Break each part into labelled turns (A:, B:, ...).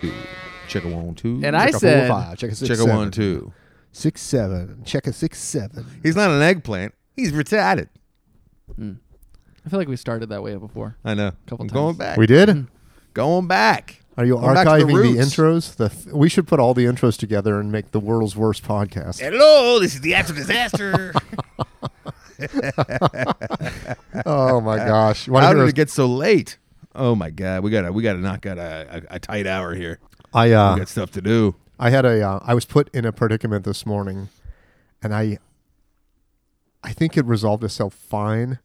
A: two. Check a one two.
B: And I
C: Check a
B: said,
C: four, five. Check a six,
A: check a
C: seven.
A: one two.
C: Six, seven. Check a six, seven.
A: He's not an eggplant. He's retarded.
B: I feel like we started that way before.
A: I know.
B: Couple
A: I'm
B: times.
A: going back.
C: We did.
A: Going back.
C: Are you
A: Going back to the
C: archiving the,
A: roots.
C: intros? The f- we should put all the intros together and make the world's worst podcast.
A: Hello, this is the after disaster.
C: oh my gosh! Wanna
A: How
C: hear
A: did
C: us-
A: it get so late? Oh my god, we gotta we gotta knock out a, a, a tight hour here.
C: I uh,
A: We got stuff to do.
C: I had a uh, I was put in a predicament this morning, and I I think it resolved itself fine,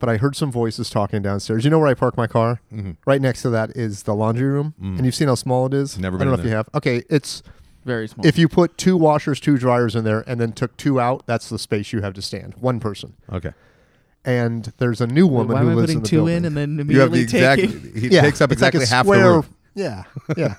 C: but I heard some voices talking downstairs. You know where I park my car? Mm-hmm. Right next to that is the laundry room, and you've seen how small it is.
A: Mm. Never
C: I don't know
A: been
C: if you
A: there.
C: have. Okay, it's
B: Very small.
C: if you put two washers, two dryers in there, and then took two out, that's the space you have to stand one person.
A: Okay.
C: And there's a new woman
B: Why
C: who
B: am I
C: lives
B: putting
C: in the
B: two
C: building.
B: in and then immediately
A: You have the exact
B: taking?
A: he
C: yeah,
A: takes up
C: it's like a
A: exactly half the
C: square-
A: room.
C: Yeah, yeah.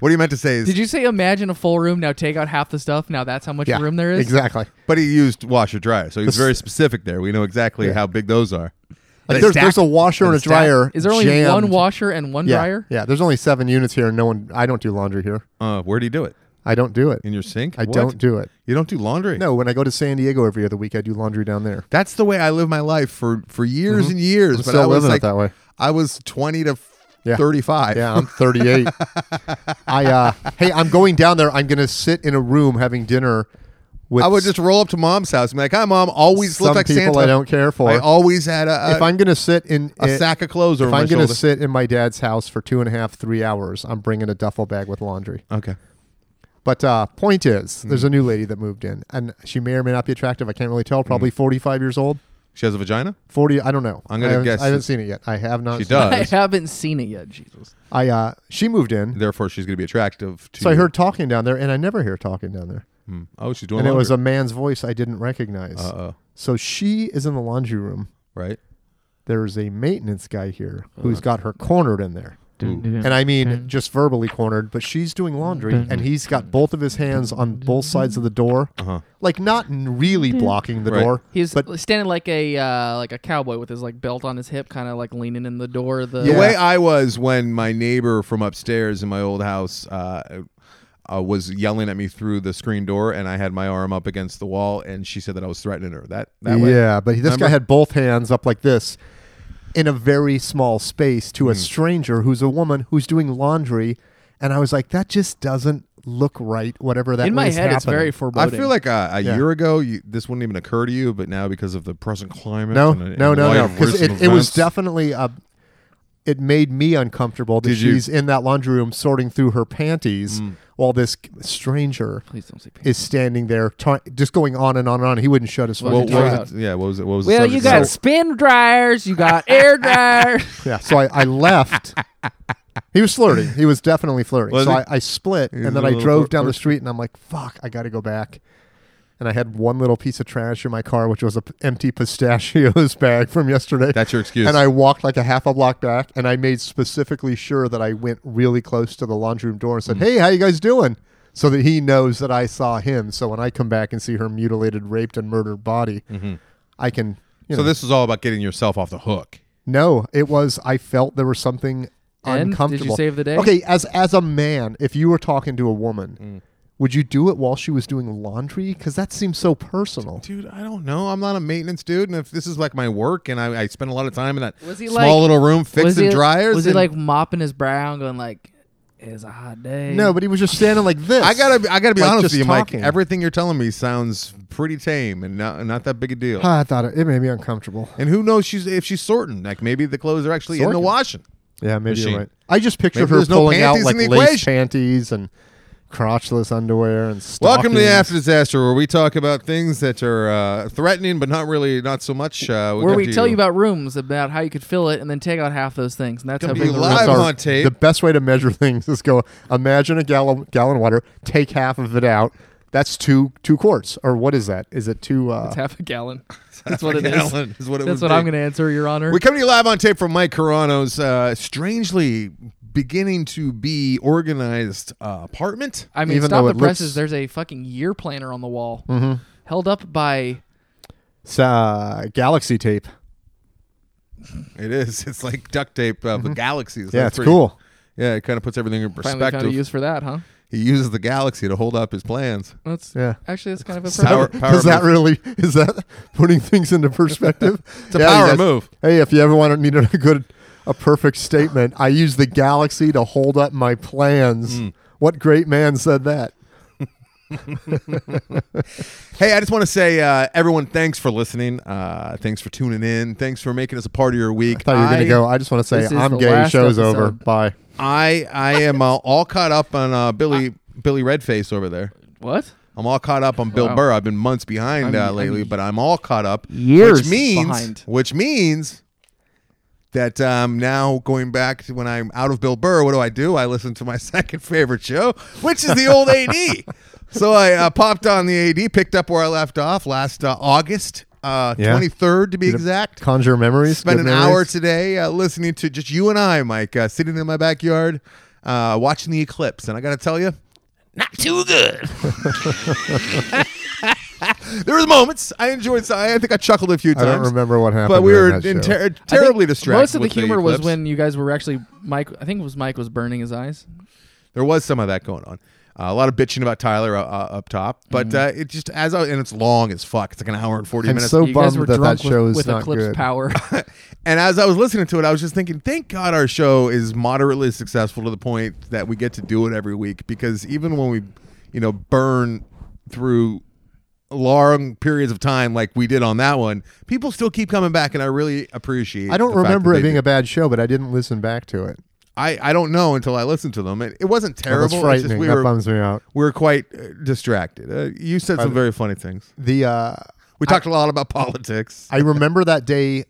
A: What are you meant to say is
B: Did you say imagine a full room? Now take out half the stuff. Now that's how much
C: yeah,
B: room there is.
C: Exactly.
A: But he used washer dryer, so he was very specific there. We know exactly
C: Yeah.
A: how big those are.
C: Like
A: They
C: there's,
A: stack-
C: there's a washer and
A: they
C: a
A: stack.
C: dryer.
B: Is there only
C: jammed.
B: one washer and one
C: yeah,
B: dryer?
C: Yeah, there's only seven units here, and no one. I don't do laundry here.
A: Uh, where do you do it?
C: I don't do it.
A: In your sink?
C: I
A: What?
C: don't do it.
A: You don't do laundry?
C: No, when I go to San Diego every other week, I do laundry down there.
A: That's the way I live my life for for years and years.
C: Mm-hmm. I'm
A: but
C: still
A: I was
C: living it
A: like
C: that way.
A: I was twenty to
C: Yeah.
A: thirty five.
C: Yeah, I'm 38. I uh, hey, I'm going down there. I'm gonna sit in a room having dinner with.
A: I would just roll up to mom's house and be like, "Hi, mom. Always
C: some
A: look like
C: people
A: Santa.
C: I don't care for.
A: I always had a, a,
C: if I'm gonna sit in
A: a
C: in-
A: sack of clothes over
C: if
A: my
C: I'm gonna
A: shoulder."
C: sit in my dad's house for two and a half, three hours, I'm bringing a duffel bag with laundry.
A: okay.
C: But uh, point is,
A: Hmm.
C: there's a new lady that moved in, and she may or may not be attractive. I can't really tell. Probably 45 years old.
A: She has a vagina.
C: 40 i don't know
A: Hmm. I'm gonna
C: I haven't-
A: guess
C: i haven't
A: that-
C: seen it yet i have not
A: She
C: seen it.
A: does.
B: I haven't seen it yet. Jesus.
C: i uh she moved in
A: Therefore, she's going to be attractive to.
C: so i
A: you.
C: heard talking down there and i never hear talking down there
A: Hmm. Oh, she's doing.
C: and it was a
A: laundry.
C: man's voice i didn't recognize
A: Uh oh.
C: so she is in the laundry room
A: Right.
C: there's a maintenance guy here
A: Uh,
C: who's got her cornered in there
A: Ooh.
C: and i mean just verbally cornered but she's doing laundry and he's got both of his hands on both sides of the door
A: Uh-huh.
C: like not really blocking the
A: Right.
C: door
B: He's
C: but
B: standing like a uh, like a cowboy with his like belt on his hip, kind of like leaning in the door. Of the
A: The
C: Yeah.
A: way I was when my neighbor from upstairs in my old house uh, uh, was yelling at me through the screen door, and I had my arm up against the wall, and she said that I was threatening her. That that way.
C: yeah, but he, this
A: Remember?
C: guy had both hands up like this in a very small space to a
A: Hmm.
C: stranger who's a woman who's doing laundry, and I was like, that just doesn't look right. Whatever that
B: in my
C: was
B: head, it's
C: happening.
B: very
A: I
B: foreboding.
A: feel like a, a
C: Yeah.
A: year ago you, this wouldn't even occur to you, but now because of the present climate,
C: no,
A: and, and
C: no, no,
A: light
C: no,
A: of
C: because
A: recent
C: it, it was
A: events-
C: definitely a. It made me uncomfortable that
A: Did you- Mm.
C: she's in that laundry room sorting through her panties while this stranger
B: please don't say.
C: is standing there, ta- just going on and on and on. He wouldn't shut his
B: Well,
A: What,
C: fucking
A: what
B: Try
C: mouth.
B: it
A: was it? Yeah, what was it? What was the
B: Well, you
A: subject
B: got
A: matter?
B: spin dryers, you got air dryers.
C: Yeah, so I, I left. he was flirting. He was definitely flirting.
A: Was
C: so
A: he?
C: I, I split,
A: was
C: and then
A: a
C: I
A: little
C: drove
A: flirt-
C: down the
A: flirt.
C: street, and I'm like, "Fuck, I got to go back." And I had one little piece of trash in my car, which was an empty pistachios bag from yesterday.
A: That's your excuse.
C: and I walked like a half a block back, and I made specifically sure that I went really close to the laundry room door and said,
A: Mm.
C: "Hey, how you guys doing?" So that he knows that I saw him. So when I come back and see her mutilated, raped, and murdered body, I can.
A: Mm-hmm.
C: You
A: so
C: know,
A: this was all about getting yourself off the hook.
C: no, it was. I felt there was something
B: And did you
C: uncomfortable.
B: save the day?
C: Okay, as as a man, if you were talking to a
A: Mm.
C: woman, would you do it while she was doing laundry? Because that seems so personal.
A: Dude, I don't know. I'm not a maintenance dude, and if this is like my work, and I, I spend a lot of time in that
B: Was he
A: small
B: like-
A: little room
B: was
A: fixing
B: he,
A: dryers,
B: Was he
A: and
B: like mopping his brow and going like, "It's a hot day"?
C: No, but he was just standing like this.
A: I gotta, be- I gotta be
C: Like,
A: honest
C: just
A: with you,
C: talking.
A: Mike. Everything you're telling me sounds pretty tame and not, not that big a deal.
C: Ah, I thought it, it made me uncomfortable.
A: And who knows she's if she's sorting? Like maybe the clothes are actually in the
C: Sorting.
A: washing.
C: Yeah, maybe
A: Machine.
C: you're right. I just picture
A: Maybe
C: her
A: there's no
C: pulling out
A: panties
C: like
A: in the
C: lace
A: equation.
C: panties and crotchless underwear and stockings.
A: Welcome to the After Disaster, where we talk about things that are uh, threatening, but not really, not so much. Uh,
B: Where
A: come
B: we
A: to
B: tell you about rooms, about how you could fill it, and then take out half those things, and that's how
A: Gonna
B: big
A: be
B: the
A: live
B: rooms are.
C: That's
A: on tape.
C: The best way to measure things is go imagine a gallon gallon of water, take half of it out. That's two two quarts, or what is that? Is it two? Uh,
B: It's half a gallon. That's what it
A: a
B: is.
A: gallon is what it
B: That's
A: would
B: what I'm
A: be.
B: going to answer, Your Honor.
A: We come to you live on tape from Mike Carano's uh, strangely beginning to be organized uh, apartment.
B: I mean,
C: even
B: stop
C: though
B: the
C: it
B: presses.
C: looks-
B: There's a fucking year planner on the wall, held up by
C: It's uh, galaxy tape.
A: It is. It's like duct tape of the galaxies.
C: yeah,
B: Mm-hmm.
A: That's
C: it's
A: pretty-
C: cool.
A: Yeah, it kind of puts everything in
B: Finally found a
A: perspective.
B: use for that, huh?
A: he uses the galaxy to hold up his plans.
B: That's
C: Yeah.
B: actually that's kind of a
A: Sour- Power-
B: perfect.
A: power
C: is that
A: move.
C: really is that putting things into perspective?
A: It's a
C: Yeah,
A: power
C: you guys-
A: move.
C: Hey, if you ever want to need a good, a perfect statement, I use the galaxy to hold up my plans.
A: Hmm.
C: What great man said that?
A: Hey, I just want to say, uh, everyone, thanks for listening. Uh, thanks for tuning in. Thanks for making us a part of your week.
C: I thought you were going to go. I just want to say
B: This is
C: I'm
B: the
C: gay.
B: last
C: Show's
B: episode.
C: over. Bye.
A: I I am uh, all caught up on uh, Billy Billy Redface over there.
B: What?
A: I'm all caught up on Bill
B: Wow.
A: Burr. I've been months behind
B: I'm-
A: uh, lately,
B: I'm
A: but I'm all caught up.
B: years
A: which means
B: behind.
A: which means that um, now going back to when I'm out of Bill Burr, what do I do? I listen to my second favorite show, which is the old AD. So I uh, popped on the AD, picked up where I left off last uh, August uh,
C: Yeah.
A: 23rd to be exact.
C: Conjure memories.
A: Spent
C: good
A: an hour
C: memories.
A: today uh, listening to just you and I, Mike, uh, sitting in my backyard uh, watching the eclipse. And I got to tell you, not too good. there was moments I enjoyed. so I I think I chuckled a few
C: I
A: times.
C: don't remember what happened.
A: But we
C: during
A: were
C: that
A: in
C: show.
A: ter-
B: I think
A: terribly distracted.
B: Most of the
A: with
B: humor was
A: eclipse.
B: when you guys were actually Mike. I think it was Mike was burning his eyes.
A: there was some of that going on. Uh, a lot of bitching about Tyler uh, uh, up top, but uh,
B: Mm-hmm.
A: it just as I, and it's long as fuck. It's like an hour and 40
C: I'm
A: minutes.
C: so
B: you guys
C: bummed
B: were
C: that that
B: drunk
C: show
B: with,
C: is
B: with
C: not
B: Eclipse
C: good.
B: Power.
A: and as I was listening to it, I was just thinking, thank God our show is moderately successful to the point that we get to do it every week. Because even when we, you know, burn through long periods of time like we did on that one, people still keep coming back, and I really appreciate.
C: I don't
A: the fact
C: remember
A: that
C: it
A: they
C: being
A: do.
C: a bad show, but I didn't listen back to it.
A: I I don't know until I listened to them. It, it wasn't
C: Well,
A: terrible.
C: Oh, That's
A: It's just
C: frightening.
A: we
C: that
A: were-
C: bums me out.
A: we were quite uh, distracted. Uh, you said some very funny things.
C: The uh,
A: We talked a lot about politics.
C: I remember that day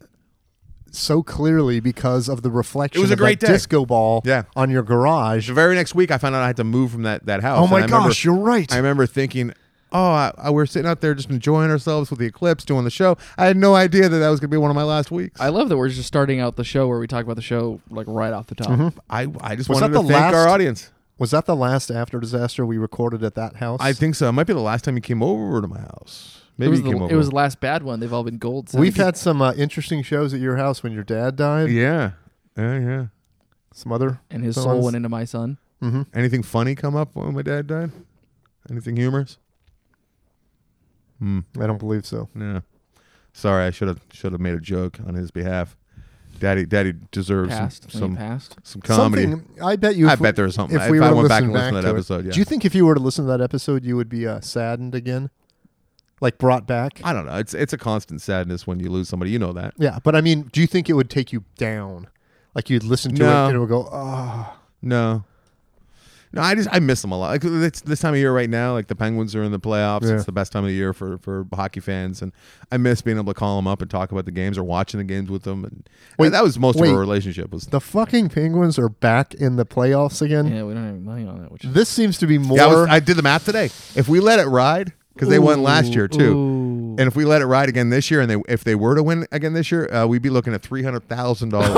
C: so clearly because of the reflection
A: It was a
C: of
A: great
C: that
A: day.
C: disco ball
A: Yeah.
C: on your garage.
A: the very next week, I found out I had to move from that, that house.
C: Oh my
A: and I remember-
C: gosh, you're right.
A: I remember thinking, oh, I, I, we're sitting out there just enjoying ourselves with the eclipse, doing the show. I had no idea that that was going to be one of my last weeks.
B: I love that we're just starting out the show where we talk about the show like right off the top.
A: I, I just
C: Was
A: wanted
C: that
A: to
C: the
A: thank our
C: last-
A: audience.
C: Was that the last after disaster we recorded at that house?
A: I think so. It might be the last time you came over to my house. Maybe
B: it was,
A: you came
B: the,
A: over.
B: it was the last bad one. They've all been gold.
C: we've
B: since.
C: had some uh, interesting shows at your house when your dad died.
A: yeah. Yeah, yeah.
C: Some other Mm-hmm.
B: and his
C: some
B: soul
C: ones-
B: went into my son.
A: Anything funny come up when my dad died? Anything humorous? Hmm.
C: I don't believe so.
A: Yeah. Sorry, I should have should have made a joke on his behalf. Daddy, Daddy deserves some
B: Passed. When he
A: some,
B: passed.
A: some comedy.
C: Something, I bet you.
A: I
C: if we-
A: bet there's something.
C: If,
A: If
C: we
A: I
C: were to
A: went back and
C: listen
A: listened to that
C: to it.
A: episode, yeah.
C: Do you think if you were to listen to that episode, you would be uh, saddened again, like brought back?
A: I don't know. It's it's a constant sadness when you lose somebody. You know that.
C: yeah, but I mean, do you think it would take you down? Like you'd listen to
A: No.
C: it and it would go, oh.
A: No. No, I just I miss them a lot. Like it's this time of year right now, like the Penguins are in the playoffs.
C: Yeah.
A: It's the best time of the year for for hockey fans, and I miss being able to call them up and talk about the games or watching the games with them. And
C: Wait,
A: that was most
C: wait.
A: of our relationship was.
C: The fucking Penguins are back in the playoffs again.
B: Yeah, we don't have any money on it. Which is
C: This seems to be more.
A: Yeah, I, was- I did the math today. If we let it ride, because they won last year too.
B: Ooh.
A: And if we let it ride again this year, and they if they were to win again this year, uh, we'd be looking at three hundred thousand dollars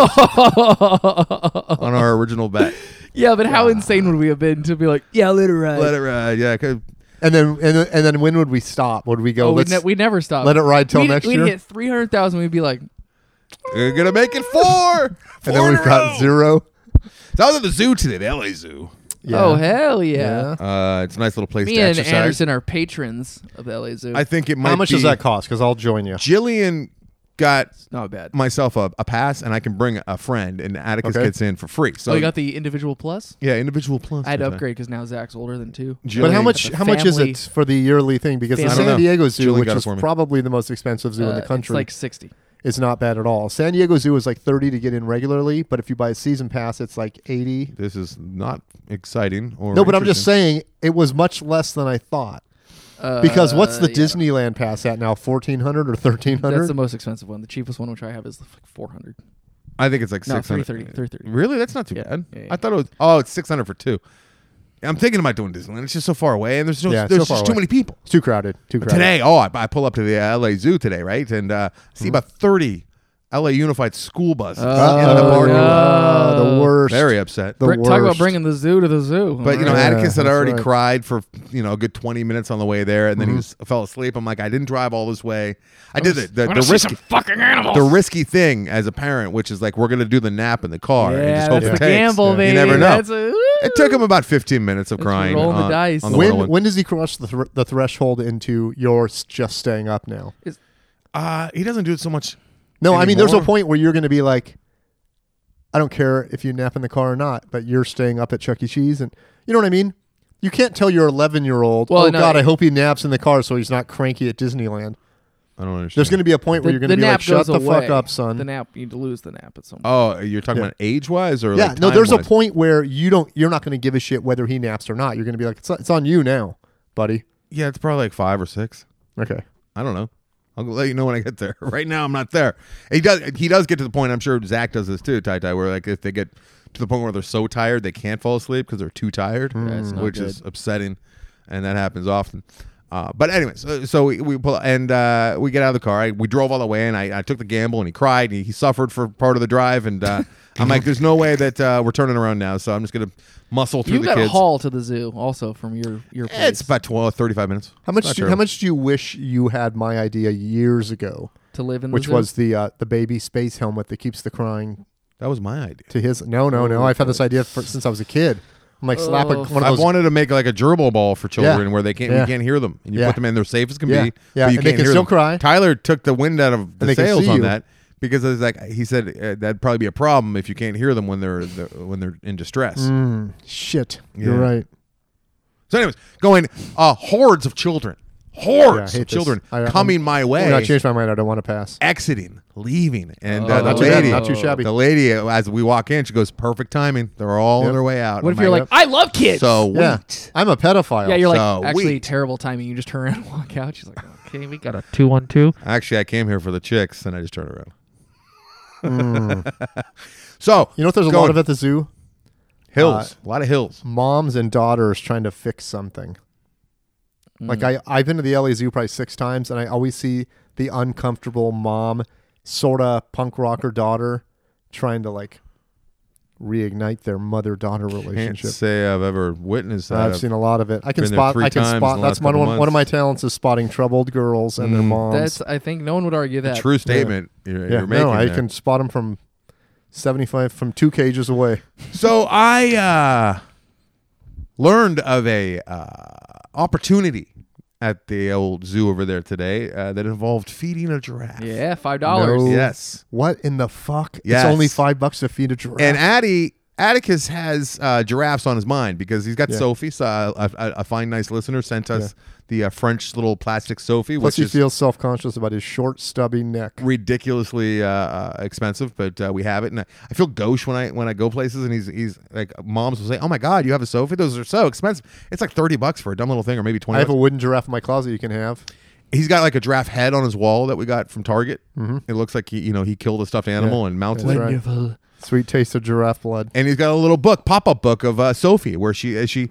A: on our original bet.
B: yeah, but how insane would we have been to be like, yeah, let it ride.
A: Let it ride, yeah. 'cause
C: and then and, then- and then when would we stop? Would we go?
B: oh, we,
C: let's
B: ne- we never stop.
C: let it ride till next
B: we'd
C: year.
B: hit three hundred thousand. We'd be like,
A: We're gonna make it four.
C: and then we've got
A: Oh,
C: zero.
A: So I was at the zoo today, the LA Zoo.
C: Yeah.
B: oh hell yeah!
A: Uh, it's a nice little place
B: Me
A: to
B: and
A: exercise.
B: Anderson are patrons of the LA Zoo.
A: I think it might.
C: How much
A: be,
C: does that cost? Because I'll join you.
A: Jillian got
B: Not bad.
A: myself a, a pass, and I can bring a friend, and Atticus
C: Okay.
A: gets in for free. So
B: oh,
C: uh,
B: you got the individual plus.
A: yeah, individual plus.
B: I had to
A: today.
B: upgrade because now Zach's older than two.
A: Jillian,
C: But how much?
B: The
C: How much is
B: family-
C: it for the yearly thing? Because the
B: Family- I
C: San
B: don't
A: know.
C: Diego Zoo,
A: Julie
C: which
A: got it
C: is
A: for me.
C: probably the most expensive zoo in
B: Uh,
C: the country,
B: It's like sixty.
C: is not bad at all. San Diego Zoo is like thirty to get in regularly, but if you buy a season pass, it's like eighty.
A: This is not exciting. Or
C: No, but I'm just
A: interesting.
C: saying it was much less than I thought.
B: Uh,
C: Because what's the
B: yeah.
C: Disneyland pass at now? Fourteen hundred or thirteen
B: That's the
C: hundred?
B: most expensive one. The cheapest one, which I have, is like four hundred.
A: I think it's like
B: No,
A: six hundred.
B: 330, 330.
A: Really, that's not too
B: Yeah,
A: bad.
B: yeah, yeah.
A: I thought it was. Oh, it's six hundred for two. I'm thinking about doing Disneyland. It's just so far away, and there's no,
C: Yeah, it's
A: there's
C: so far
A: just too
C: away.
A: many people.
C: It's too crowded. Too crowded. Hmm.
A: Today, oh, I, I pull up to the LA Zoo today, right? And uh, see about 30 LA Unified school buses
C: Uh,
B: Oh,
A: in the parking
B: no.
A: lot.
C: Oh, the worst.
A: Very upset.
C: The
B: Bri- talk about
C: worst.
B: bringing the zoo to the zoo.
A: But you know,
B: Alright.
C: Yeah,
A: Atticus had
C: that's
A: already
C: right.
A: cried for you know a good twenty minutes on the way there, and then he
C: Mhm.
B: Mm-hmm.
A: was, fell asleep. I'm like, I didn't drive all this way. I did the the,
B: wanna
A: the
B: see
A: risky
B: fucking animals.
A: the risky thing as a parent, which is like we're gonna do the nap in the car. and
B: yeah,
A: just hope
B: that's
A: it
B: the
A: takes.
B: gamble, baby.
A: You never know.
B: That's a-
A: it took him about fifteen minutes of
B: Let's
A: crying.
B: roll the oh
A: on,
B: dice.
A: on the
C: When
A: 101.
C: when does he cross the, thr the threshold into you're s- just staying up now?
A: uh, he doesn't do it so much.
C: No, I mean there's a
A: Anymore?
C: point where you're going to be like, I don't care if you nap in the car or not, but you're staying up at Chuck E. Cheese, and you know what I mean. You can't tell your 11 year old,
B: Well,
C: oh
B: no,
C: God, I
B: it-
C: hope he naps in the car so he's not cranky at Disneyland.
A: I don't understand.
C: There's going to be a point where
B: The-
C: you're going to
B: the
C: be
B: nap
C: like,
B: goes
C: shut the
B: away.
C: fuck up,
B: The
C: son.
B: nap, you lose the nap at some point.
A: oh, you're talking
C: Yeah.
A: about age wise or
C: yeah,
A: like
C: no, there's a
A: time-wise?
C: point where you don't, you're not going to give a shit whether he naps or not. You're going to be like, it's, it's on you now, buddy.
A: Yeah, it's probably like five or six.
C: Okay.
A: I don't know. I'll let you know when I get there. Right now, I'm not there. He does. He does get to the point. I'm sure Zach does this too, Ty Ty. Where like if they get to the point where they're so tired they can't fall asleep because they're too tired,
B: it's Mm. not
A: which is upsetting, and that happens often. Uh, but anyway, so, so we, we pull and uh, we get out of the car. I, we drove all the way, and I, I took the gamble, and he cried, and he, he suffered for part of the drive. And uh, I'm like, "There's no way that uh, we're turning around now." So I'm just gonna muscle through
B: you
A: the
B: got a
A: kids.
B: haul to the zoo also from your your place
A: It's about 12, 35 minutes.
C: How much?
A: Not
C: Do, how
A: terrible.
C: much do you wish you had my idea years ago,
B: to live in the
C: which
B: zoo.
C: was the uh, the baby space helmet that keeps the crying
A: That was my idea.
C: to his? No, no, no. I've had this idea for, since I was a kid. I'm like slap a,
B: Oh,
C: one
A: Oh, I
C: of those.
A: wanted to make like a gerbil ball for children where they can't
C: Yeah.
A: we can't hear them, and you
C: Yeah.
A: put them in they're safe as can
C: Yeah.
A: be. but you
C: Yeah. And
A: can't
C: they can
A: hear
C: still
A: them.
C: cry.
A: Tyler took the wind out of the
C: they can
A: sails
C: see
A: on
C: you.
A: that because it's like he said uh, that'd probably be a problem if you can't hear them when they're, they're when they're in distress.
C: Mm, shit, you're
A: Yeah.
C: right.
A: So, anyways, going uh, hordes of children, hordes
C: Yeah, I hate
A: of children
C: this. I- I'm-
A: coming my
C: Oh,
A: way,
C: no, I changed my mind. I don't want to pass.
A: exiting, leaving, and uh,
B: Oh.
A: the
C: not too bad,
A: lady,
C: not too shabby.
A: the lady uh, as we walk in, she goes, "Perfect timing. They're all
C: Yep.
A: on their way out."
B: What
A: I'm
B: if you're like, I love kids.
A: "So
C: yeah,
A: wait."
C: I'm a pedophile.
B: yeah, you're like
A: so
B: actually
A: wait.
B: terrible timing. You just turn around and walk out. She's like, okay, we got a two one two.
A: Actually, I came here for the chicks, and I just turned around.
C: Hmm.
A: so
C: You know what? There's a
A: Going.
C: lot of at the zoo. Uh,
A: hills, a lot of hills.
C: Moms and daughters trying to fix something.
A: Mm.
C: Like I, I've been to the LA Zoo probably six times, and I always see the uncomfortable mom, sort of punk rocker daughter, trying to like reignite their mother-daughter
A: Can't
C: relationship.
A: say I've ever witnessed that.
C: I've seen a lot of it. I can
A: uh, been there
C: spot.
A: three
C: I can
A: times in
C: spot.
A: the
C: That's
A: last
C: one,
A: couple
C: one. One of
A: months.
C: my talents is spotting troubled girls and their
A: Mm.
C: moms.
B: That's I think no one would argue
A: a
B: that.
A: true statement you're,
C: yeah.
A: you're making.
C: no, I
A: there.
C: can spot them from seventy-five, from two cages away.
A: So I uh, learned of a uh, opportunity at the old zoo over there today uh, that involved feeding a giraffe.
B: Yeah, five dollars.
C: No.
A: Yes.
C: What in the fuck?
A: Yes.
C: It's only five bucks to feed a giraffe.
A: And Addie Atticus has uh, giraffes on his mind because he's got
C: Yeah.
A: Sophie. So uh, a, a, a fine, nice listener sent us the uh, French little plastic Sophie,
C: Plus,
A: which
C: he
A: is
C: feels self-conscious about his short, stubby neck.
A: ridiculously uh, uh, expensive, but uh, we have it, and I, I feel gauche when I when I go places, and he's he's like moms will say, "Oh my god, you have a sofa? Those are so expensive. It's like thirty bucks for a dumb little thing, or maybe
C: I
A: twenty.
C: have a
A: Bucks.
C: wooden giraffe in my closet. You can have.
A: he's got like a giraffe head on his wall that we got from Target. It looks like he you know he killed a stuffed animal
C: Mm-hmm. Yeah.
A: and mounted
C: That's
A: it.
C: right.
B: Wonderful.
C: Sweet taste of giraffe blood.
A: And he's got a little book, pop up book of uh, Sophie, where she uh, she,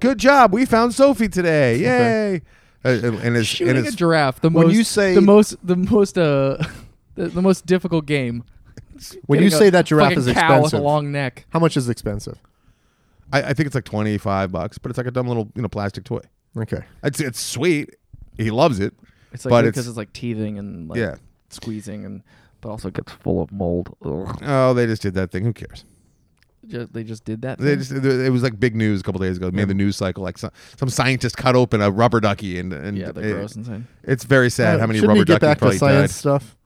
A: good job, we found Sophie today, yay! Uh, and- and it's
B: Shooting
A: and
B: a
A: it's
B: giraffe. The
A: when
B: most.
A: you say-
B: the most. The most. Uh, the, the most difficult game.
C: When you
B: Getting a
C: say that giraffe
B: fucking cow
C: is
B: with a
C: expensive,
B: long neck.
C: how much is expensive?
A: I, I think it's like twenty five bucks, but it's like a dumb little you know plastic toy.
C: Okay.
A: It's it's sweet. He loves it.
B: It's like
A: But
B: because
A: it's-
B: it's, like teething and like
A: Yeah.
B: squeezing and but also gets full of mold. Ugh.
A: Oh, they just did that thing. Who cares?
B: Ju- they just did that.
A: They
B: thing?
A: just it was like big news a couple days ago. It Made the news cycle. Like some, some scientist cut open a rubber ducky, and and
B: yeah, they're
A: it-
B: gross insane.
A: it's very sad how many
C: Uh, Shouldn't
A: rubber
C: we get
A: duckies
C: back to
A: probably
C: science Hmm?
A: died.
C: stuff?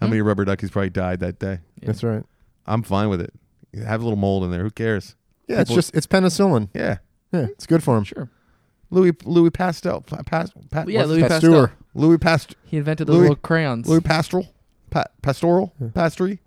A: How many rubber duckies probably died that day?
B: Yeah.
C: That's right.
A: I'm fine with it. You Have a little mold in there. Who cares?
C: Yeah, it's
A: People-
C: just it's penicillin.
A: Yeah,
C: Yeah, it's good for him.
B: Sure.
A: Louis Louis Pastel. Pa, pas, pa,
B: Yeah,
A: what's-
B: Louis
C: Pasteur.
B: Pasteur.
A: Louis Past
B: He invented those
A: Louis-
B: little crayons.
A: Louis Pastoral pa, Pastoral Pastry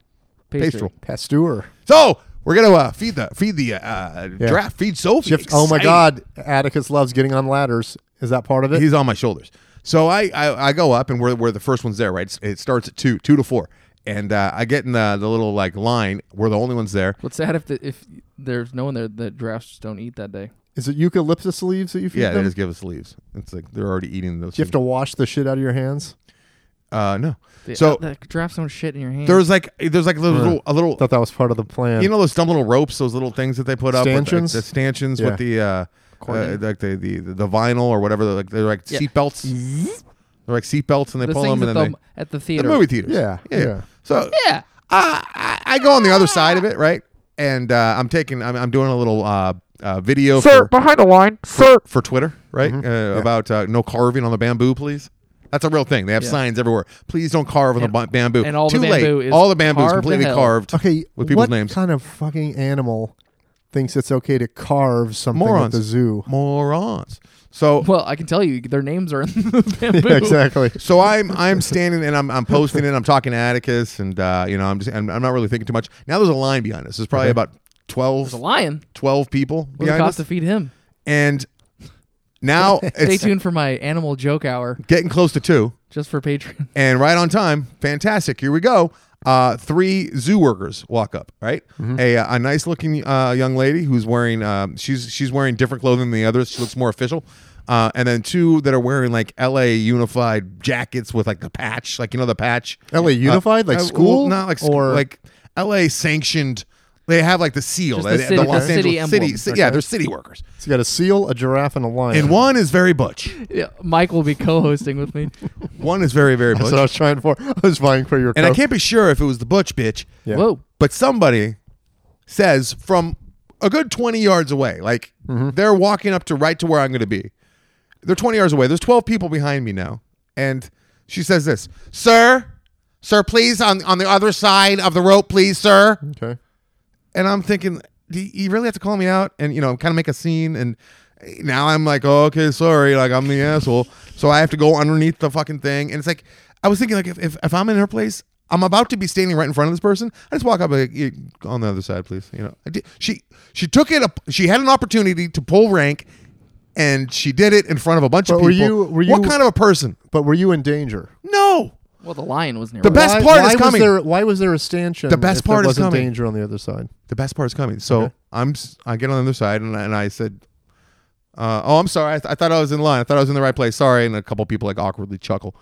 B: Pastry.
A: Pastoral.
C: Pasteur.
A: So we're gonna uh, feed the feed the uh,
C: Yeah.
A: draft feed Sophie.
C: Shift- Oh my
A: Exciting.
C: God, Atticus loves getting on ladders. Is that part of it?
A: He's on my shoulders. So I, I I go up and we're we're the first ones there, right? It's- It starts at two, two to four, and uh, I get in the the little like line. We're the only ones there.
B: What's sad if the, if there's no one there that giraffes just don't eat that day.
C: Is it eucalyptus leaves that you feed
A: Yeah, they
C: them?
A: just give us leaves. It's like they're already eating those.
C: Do you have to wash the shit out of your hands?
A: things. Uh, no.
B: The-
A: So-
B: the draft's own shit in your hand.
A: There was like there's like a little,
C: Yeah.
A: a little
C: Thought that was part of the plan.
A: you know those stumbling ropes, those little things that they put up, with, like,
C: Stanchions?
A: the stanchions
C: Yeah.
A: with the uh, uh,
B: Cording.
A: like the, the the vinyl or whatever. They're like they're like
B: Yeah.
A: seat belts. They're like seat belts, and they
B: the
A: pull
B: things
A: them, and
B: at,
A: then
B: the, at the
A: they, the
B: theater.
A: movie theaters.
C: yeah,
A: yeah. yeah. So
B: Yeah.
A: uh, I, I go on the other side of it, right? And uh, I'm taking, I'm, I'm doing a little uh, uh, video for,
B: behind the line, sir.
A: for Twitter, right?
C: Mm-hmm.
A: Uh, About uh, no carving on the bamboo, please. That's a real thing. They have
B: Yeah.
A: signs everywhere. Please don't carve on the ba- bamboo.
B: and all the
A: Too
B: bamboo
A: late.
B: is
A: all the bamboo is
B: carved to
A: completely
B: hell.
A: carved.
C: Okay,
A: With people's
C: what
A: names.
C: kind of fucking animal thinks it's okay to carve something
A: Morons.
C: at the zoo?
A: Morons. So
B: Well, I can tell you, their names are in the bamboo.
C: Yeah, exactly.
A: So I'm I'm standing and I'm, I'm posting it. I'm talking to Atticus, and uh, you know I'm just I'm, I'm not really thinking too much. Now there's a line behind us. There's probably
C: Okay.
A: about 12,
B: There's a lion.
A: 12 people
B: What would it
A: behind
B: cost
A: us,
B: to feed him?
A: and now
B: Stay
A: it's
B: tuned for my animal joke hour
A: getting close to two,
B: just for Patreon.
A: and right on time. Fantastic. Here we go. Uh, three zoo workers walk up. Right,
B: Mm-hmm.
A: a uh, a nice looking uh, young lady who's wearing um, she's she's wearing different clothing than the others. She looks more official. Uh, and then two that are wearing like L.A. unified jackets with like the patch, like you know the patch.
C: LA Unified,
A: Uh,
C: like
A: uh,
C: school,
A: well, not like school,
C: or
A: like LA sanctioned. They have like the seal,
B: Just
A: They-
B: the city-
A: Los
B: the city
A: Angeles city.
B: emblem.
A: ci- Yeah,
B: Okay.
A: they're city workers,
C: it's got a seal, a giraffe, and a lion.
A: and one is very butch.
B: Yeah, Mike will be co-hosting with me.
A: One is very very
C: That's
A: butch,
C: what I was trying for. I was vying for your.
A: and I
C: coat.
A: can't be sure if it was the butch bitch,
C: Yeah.
B: Whoa.
A: but somebody says from a good twenty yards away, like
C: Mm-hmm.
A: they're walking up to right to where I'm going to be. They're twenty yards away. There's twelve people behind me now, and she says this, "Sir, sir, please on on the other side of the rope, please, sir."
C: Okay.
A: and I'm thinking, do you really have to call me out and you know kind of make a scene? And now I'm like, oh, okay, sorry, like I'm the asshole, so I have to go underneath the fucking thing. And it's like, I was thinking, like if if, if I'm in her place. I'm about to be standing right in front of this person. I just walk up like, "You- on the other side, please. You know, I did, she she took it up. She had an opportunity to pull rank, and she did it in front of a bunch of
C: But were
A: people.
C: you- were
A: what
C: you-
A: kind of a person?
C: But were you in danger?
A: No,
B: Well, the lion was near.
A: The best-
C: why,
A: part
C: why
A: is
C: was
A: coming.
C: There, why was there a stanchion?
A: The best
C: if
A: part
C: there
A: is
C: wasn't
A: coming.
C: Danger on the other side.
A: the best part is coming. So I'm s- I get on the other side and I, and I said, uh, "Oh, I'm sorry. I, th- I thought I was in line. I thought I was in the right place. Sorry." And a couple people like awkwardly chuckle,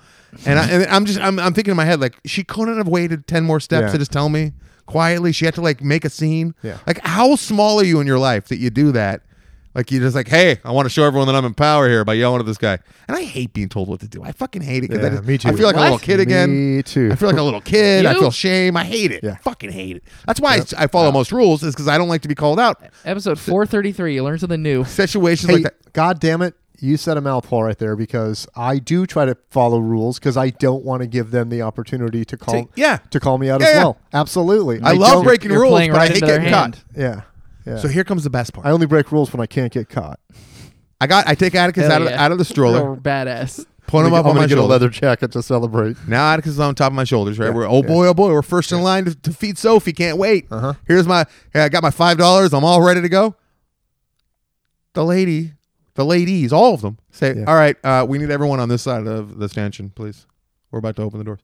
A: and, I, and I'm just I'm, I'm thinking in my head like she couldn't have waited ten more steps
C: Yeah.
A: to just tell me quietly. She had to like make a scene.
C: Yeah.
A: Like how small are you in your life that you do that? Like you just like, hey, I want to show everyone that I'm in power here by yelling at this guy. And I hate being told what to do. I fucking hate it. 'cause I
C: Yeah,
A: just-
C: me too.
A: I feel like a
B: What?
A: little kid again.
C: Me too.
A: I feel like a little kid. I
B: You?
A: feel shame. I hate it.
C: Yeah.
A: Fucking hate it. That's why I s- I, follow most rules is because I don't like to be called out.
B: Episode 433. You learn something new.
A: Situations
C: Hey,
A: like that.
C: God damn it. You said a malpole right there because I do try to follow rules because I don't want to give them the opportunity to call
A: To- yeah.
C: to call me out
A: Yeah,
C: as
A: yeah.
C: well. Absolutely.
A: I,
C: don't-
A: love breaking
B: you're
A: rules,
B: playing
A: but
B: right
A: I hate
B: into their
A: getting
B: hand.
A: caught.
C: Yeah. Yeah.
A: So here comes the best part.
C: I
A: I,
C: only break rules when I can't get caught.
A: got. I take Atticus
B: Hell
A: out of
B: yeah.
A: out of the stroller,
B: You're badass.
A: put
C: I'm
A: him
C: gonna-
A: up
C: I'm
A: on
C: gonna
A: my
C: get a
A: shoulder.
C: leather jacket to celebrate.
A: Now Atticus is on top of my shoulders, right?
C: Yeah,
A: We're oh
C: yeah.
A: boy, oh boy, we're first in line to, to feed Sophie. Can't wait. Uh-huh. Here's my. Hey, I got my five dollars. I'm all ready to go. The lady, the ladies, all of them say,
C: Yeah.
A: "All right, uh, we need everyone on this side of the stanchion, please. We're about to open the doors."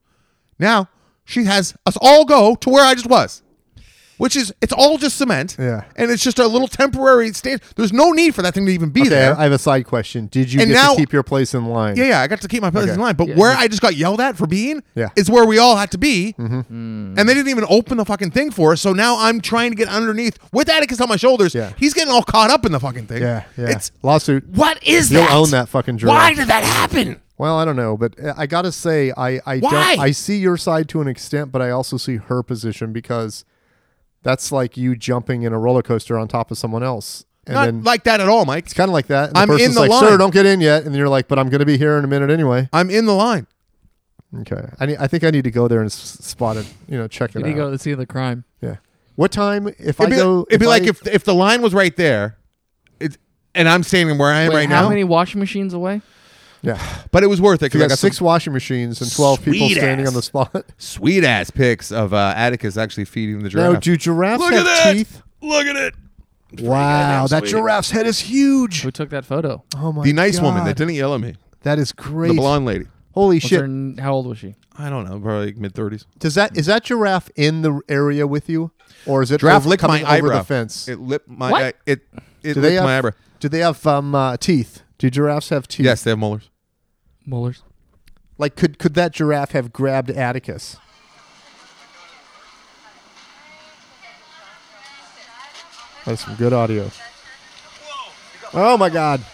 A: Now she has us all go to where I just was, which is it's all just cement.
C: Yeah.
A: and it's just a little temporary stand. There's no need for that thing to even be
C: Okay,
A: there.
C: I have a side question. Did you
A: And
C: get
A: now-
C: to keep your place in line?
A: Yeah, yeah, I got to keep my place
C: Okay.
A: in line. But
B: Yeah.
A: where I just got yelled at for being
C: Yeah. Mm-hmm.
A: is where we all had to be. Mm. And they didn't even open the fucking thing for us. So now I'm trying to get underneath with Atticus on my shoulders.
C: Yeah.
A: He's getting all caught up in the fucking thing.
C: Yeah. yeah.
A: It's
C: lawsuit.
A: what is
C: You'll
A: that?
C: own that fucking giraffe.
A: Why did that happen?
C: Well, I don't know, but uh, I gotta say, I I
A: Why?
C: don't I see your side to an extent, but I also see her position because that's like you jumping in a roller coaster on top of someone else, and
A: Not
C: then
A: like that at all, Mike.
C: it's kind of like that. And
A: I'm in
C: the person's
A: the
C: like,
A: line.
C: "Sir, don't get in yet," and you're like, "But I'm gonna be here in a minute anyway."
A: I'm in the line.
C: Okay, I need, I think I need to go there and s- spot it, you know, check it
B: Did he
C: out.
B: go to the scene of the crime?
C: yeah. What time? If I
A: It'd be,
C: go,
A: it'd be like
C: I-
A: if if the line was right there, it's, and I'm standing where I am
B: Wait,
A: right
B: how
A: now.
B: many washing machines away?
C: yeah,
A: but it was worth it
C: you
A: because I
C: got
A: got
C: six
A: six
C: washing machines and twelve people
A: Sweet
C: standing
A: ass.
C: on the spot.
A: sweet ass pics of uh, Atticus actually feeding the giraffe.
C: Now, do giraffes
A: Look at
C: have
A: that!
C: teeth?
A: Look at it.
C: Wow, that giraffe's head is huge.
B: Who took that photo?
C: Oh my!
A: The nice woman
C: God.
A: that didn't yell at me.
C: That is great.
A: The blonde lady.
C: Holy
B: Was
C: shit!
B: her n- how old was she?
A: I don't know, probably like mid thirties.
C: Does that is that giraffe in the area with you, or is it
A: Giraffe
C: over-
A: licked
C: coming
A: my
C: over
A: eyebrow.
C: the fence?
A: It lipped my
B: What?
A: I- it it
C: do
A: licked
C: they have
A: my eyebrow.
C: Do they have um, uh, teeth? Do giraffes have teeth?
A: Yes, they have molars.
B: Mullers.
C: Like, could could that giraffe have grabbed Atticus? That's some good audio. Oh my God,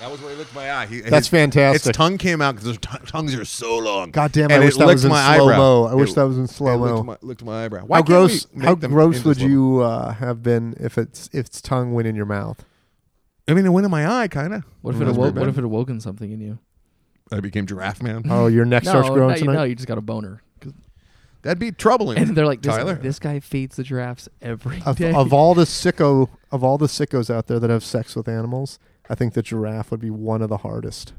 A: That was where he licked my eye. He,
C: that's
A: his-
C: fantastic!
A: Its tongue came out because t- tongues are so long.
C: God damn!
A: And
C: I wish
A: it
C: that
A: licked
C: was in
A: my
C: slow mo.
A: eyebrow.
C: I wish
A: It-
C: that was in
A: it
C: slow
A: licked
C: mo.
A: my, licked my eyebrow. Why
C: How
A: can't
C: gross!
A: we make
C: How
A: them
C: gross
A: into
C: would
A: slow mo?
C: you uh, have been if its if its tongue went in your mouth?
A: I mean, it went in my eye, kind of.
B: What if
A: When
B: it
A: I was
B: awoke? What
A: bitten.
B: if it awoken something in you?
A: I became giraffe man?
C: Oh, your neck
B: no,
C: starts growing
B: no, you,
C: tonight.
B: no, you just got a boner. 'Cause-
A: That'd be troubling.
B: And they're like, this,
A: Tyler.
B: this guy feeds the giraffes every day.
C: of, of all the sicko of all the sickos out there that have sex with animals, I think the giraffe would be one of the hardest.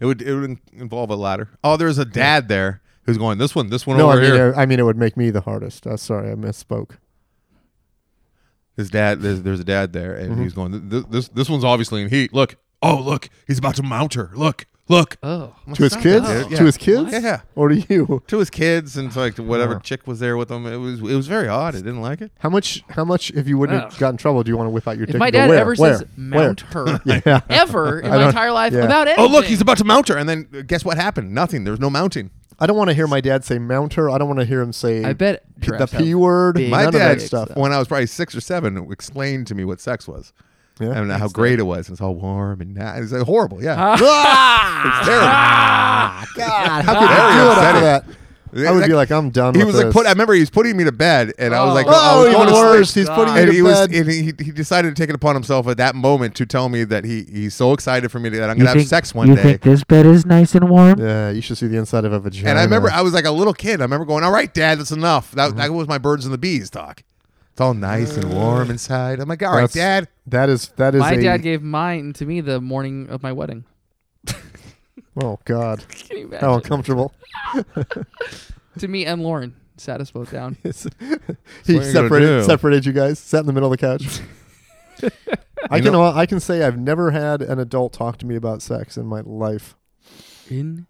A: It would it would in- involve a ladder. Oh, there's a dad there who's going this one, this one
C: no, I
A: over
C: mean,
A: here.
C: I, I mean it would make me the hardest. Uh, sorry, I misspoke.
A: His dad, there's, there's a dad there, and
B: Mm-hmm.
C: Mhm.
A: he's going "Th- th- this this one's obviously in heat. Look, oh look, he's about to mount her. Look, look.
B: oh,
A: I'm like,
C: To his
A: "Stop
C: kids?
A: that, dude."
C: To his kids?
A: Yeah, yeah.
C: Or to you?
A: To his kids, and to like to whatever
C: Huh.
A: chick was there with him. It was it was very odd. I didn't like it.
C: How much? How much? If you wouldn't have
B: Ugh.
C: gotten in trouble, do you want to whip out your dick?
B: if my
C: and go,
B: dad
C: where?
B: ever
C: where?
B: says mount her
C: Where? Yeah.
B: ever in
C: I
B: my
C: don't-
B: entire life
C: yeah.
B: about
A: Oh
B: anything,
A: look, he's about to mount her, and then uh, guess what happened? Nothing. There's no mounting.
C: I don't want to hear my dad say mount her. I don't want to hear him say
B: I bet
C: p- the
B: giraffes have
C: p word.
B: big
A: My
C: none of
A: dad,
C: that stuff.
A: when I was probably six or seven, explained to me what sex was
C: Yeah.
A: and how great it was. It's all warm and nice. It's uh, horrible. Yeah.
C: Ah!
A: Terrible.
C: God, how could
B: Ah.
C: you do it after that? I would be like, I'm done.
A: He
C: with
A: was like,
C: this.
A: put. I remember he was putting me to bed, and I was
B: Oh.
A: like, I
C: Oh,
A: was
B: he
A: going
C: even
A: to sleep.
C: worse. He's putting you
A: And
C: to
A: he was,
C: bed.
A: and he, he decided to take it upon himself at that moment to tell me that he he's so excited for me that I'm gonna have sex one
D: you
A: day.
D: think this bed is nice and warm?
C: Yeah, you should see the inside of a vagina.
A: and I remember I was like a little kid. I remember going, "All right, Dad, that's enough." That,
D: Uh-huh.
A: that was my birds and the bees talk. It's all nice and warm
D: Uh,
A: inside. I'm like, "All right,
C: That's-
A: Dad."
C: that is that is
B: My
C: a,
B: dad gave mine to me the morning of my wedding.
C: oh god,
B: Can you
A: Oh,
B: imagine?
C: how uncomfortable.
B: To me and Lauren sat us both down.
C: It's-
A: you
C: he
A: gonna do.
C: separated separated you guys. Sat in the middle of the couch. I
A: You
C: can
A: know-
C: I can say I've never had an adult talk to me about sex in my life.
B: In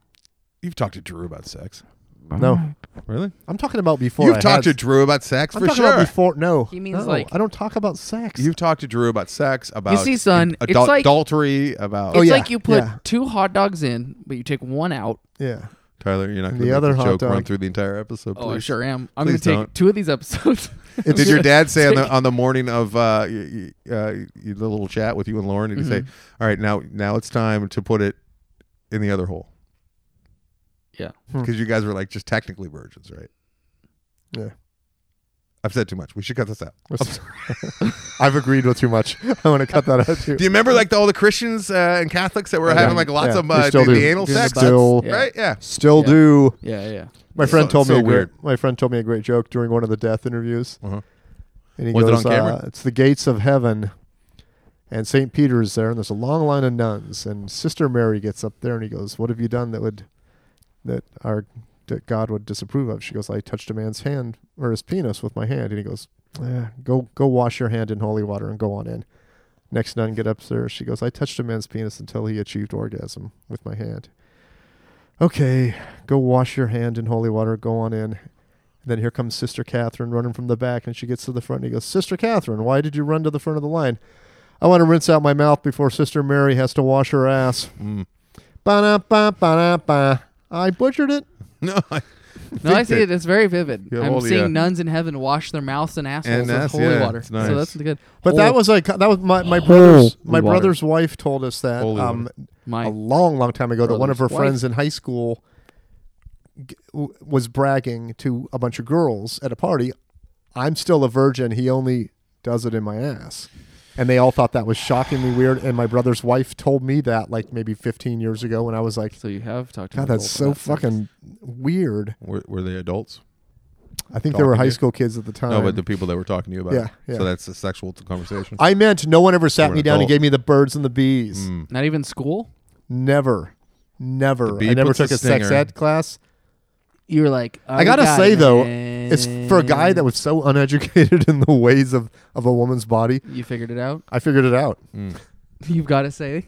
A: You've talked to Drew about sex,
C: No,
A: really?
C: I'm talking about before.
A: Ah. You've
C: I
A: talked to
C: had-
A: Drew about sex
C: I'm
A: for
C: talking
A: sure.
C: about before. No,
B: He means
C: No,
B: like-
C: I don't talk about sex.
A: You've talked to Drew about sex, about
B: see, son, it's
A: adul-
B: like-
A: adultery, about
B: it's
C: Oh, yeah,
B: like you put
C: yeah.
B: two hot dogs in, but you take one out.
C: yeah,
A: Tyler. You're not
C: The
A: going to
C: other
A: make the
C: hot
A: joke
C: dog.
A: run through the entire episode.
B: Oh, I
A: please.
B: sure am. I'm
A: Please
B: going to take
A: don't.
B: two of these episodes.
C: it's
A: Did your dad say on the
B: Take-
A: on the morning of uh, you, you, uh, you, the little chat with you and Lauren? Did he say,
B: Mm-hmm.
A: "All right, now now it's time to put it in the other hole"?
B: Yeah.
C: Hmm.
A: because you guys were like just technically virgins, right?
C: Yeah.
A: I've said too much. We should cut this out.
C: I've agreed with too much. I want to cut that out too.
A: Do you remember like the, all the Christians uh, and Catholics that were
C: Yeah.
A: having like lots
C: Yeah.
A: of
C: They
A: uh,
C: still
A: the, the
C: do.
A: anal
B: Doing the
A: sex,
B: butts.
C: Still-
B: Yeah.
A: right? Yeah.
C: Still
B: Yeah.
C: do.
B: Yeah, yeah.
C: My friend
A: So-
C: told
A: so
C: me a great,
A: weird.
C: my friend told me a great joke during one of the death interviews.
A: Uh-huh.
C: And he
A: Was it
C: goes,
A: on camera?
C: Uh, "It's the gates of heaven, and Saint Peter is there, and there's a long line of nuns, and Sister Mary gets up there, and he goes, "What have you done that would that our that God would disapprove of?" She goes, "I touched a man's hand or his penis with my hand," and he goes, "Eh, "Go go wash your hand in holy water and go on in." Next nun get up there, she goes, "I touched a man's penis until he achieved orgasm with my hand." Okay, go wash your hand in holy water, go on in. And then here comes Sister Catherine running from the back, and she gets to the front, and he goes, Sister Catherine, why did you run to the front of the line? I want to rinse out my mouth before Sister Mary has to wash her ass.
A: Mm.
C: Ba-da-ba-ba-da-ba. I butchered it.
A: No. I
B: No, I see
A: that-
B: it. It's very vivid.
A: Yeah, all
B: I'm
A: the,
B: seeing
A: uh,
B: nuns in heaven wash their mouths and assholes
A: And
B: with
A: that's-
B: holy
A: yeah,
B: water.
A: it's nice.
B: So that's good. Oh
C: But that
B: Holy-
C: was like that was my, my
D: Holy
C: brother's my
B: water.
C: brother's wife told us that
A: Holy
C: um, a
B: my
C: long, long time ago that one of her
B: brother's wife.
C: friends in high school g- w- was bragging to a bunch of girls at a party, "I'm still a virgin. He only does it in my ass," and they all thought that was shockingly weird. And my brother's wife told me that like maybe 15 years ago, and I was like,
B: So you have talked to
C: "God,
B: an
C: that's so
B: adult about sex.
C: fucking weird."
A: Were, were they adults?
C: I think they were
A: Talking to
C: high
A: you?
C: school kids at the time.
A: No, but the people that were talking to you about.
C: Yeah,
A: it.
C: yeah.
A: So that's a sexual conversation.
C: I meant no one ever
A: They
C: sat
A: were
C: me
A: an
C: down and
A: adult.
C: gave me the birds and the bees.
A: Mm.
B: Not even school.
C: Never, never.
A: bee
C: I never
A: puts
C: took
A: the
C: a sex
A: stinger.
C: ed class.
B: You were like,
C: I gotta say though, it's for a guy that was so uneducated in the ways of, of a woman's body.
B: you figured it out.
C: I figured it out.
A: Mm.
B: You've got to say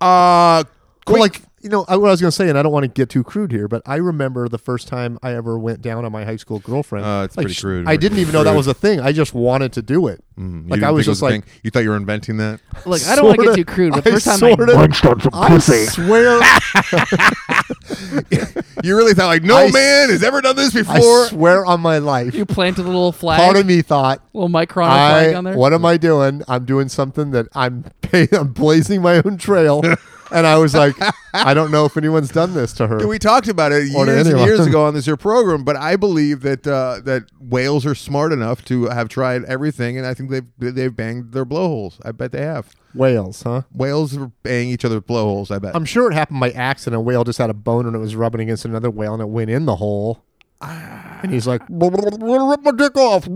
A: Uh,
C: Well,
A: quick-
C: like you know, I, what I was going to say, and I don't want to get too crude here, but I remember the first time I ever went down on my high school girlfriend.
A: Uh, it's
C: Like,
A: pretty
C: sh-
A: crude.
C: I didn't even know that was a thing. I just wanted to do it.
A: Mhm. You
C: Like,
A: didn't
C: I
A: think
C: was
A: it
C: just
A: a
C: like-
A: thing? you thought you were inventing that.
B: Look, I don't want to get
C: Sorta-
B: too crude, but
C: I
B: first time I
C: sorta-
D: Punched on some
C: I
D: pussy.
C: swear,
A: You really thought like no
C: I s-
A: man has ever done this before.
C: I swear on my life.
B: you planted a little flag,
C: Part of me thought,
B: little micron
C: I,
B: flag on there.
C: what am I doing? I'm doing something that I'm pay, I'm blazing my own trail, and I was like, I don't know if anyone's done this to her.
A: Yeah, We talked about it
C: Or
A: years
C: to
A: and
C: anyone.
A: years ago on this your program, but I believe that uh, that whales are smart enough to have tried everything, and I think they've they've banged their blowholes. I bet they have.
C: Whales, huh?
A: Whales are banging each other's blowholes. I bet.
C: I'm sure it happened by accident. A whale just had a bone and it was rubbing against another whale, and it went in the hole.
B: Ah.
C: And he's like, "Rip my dick off."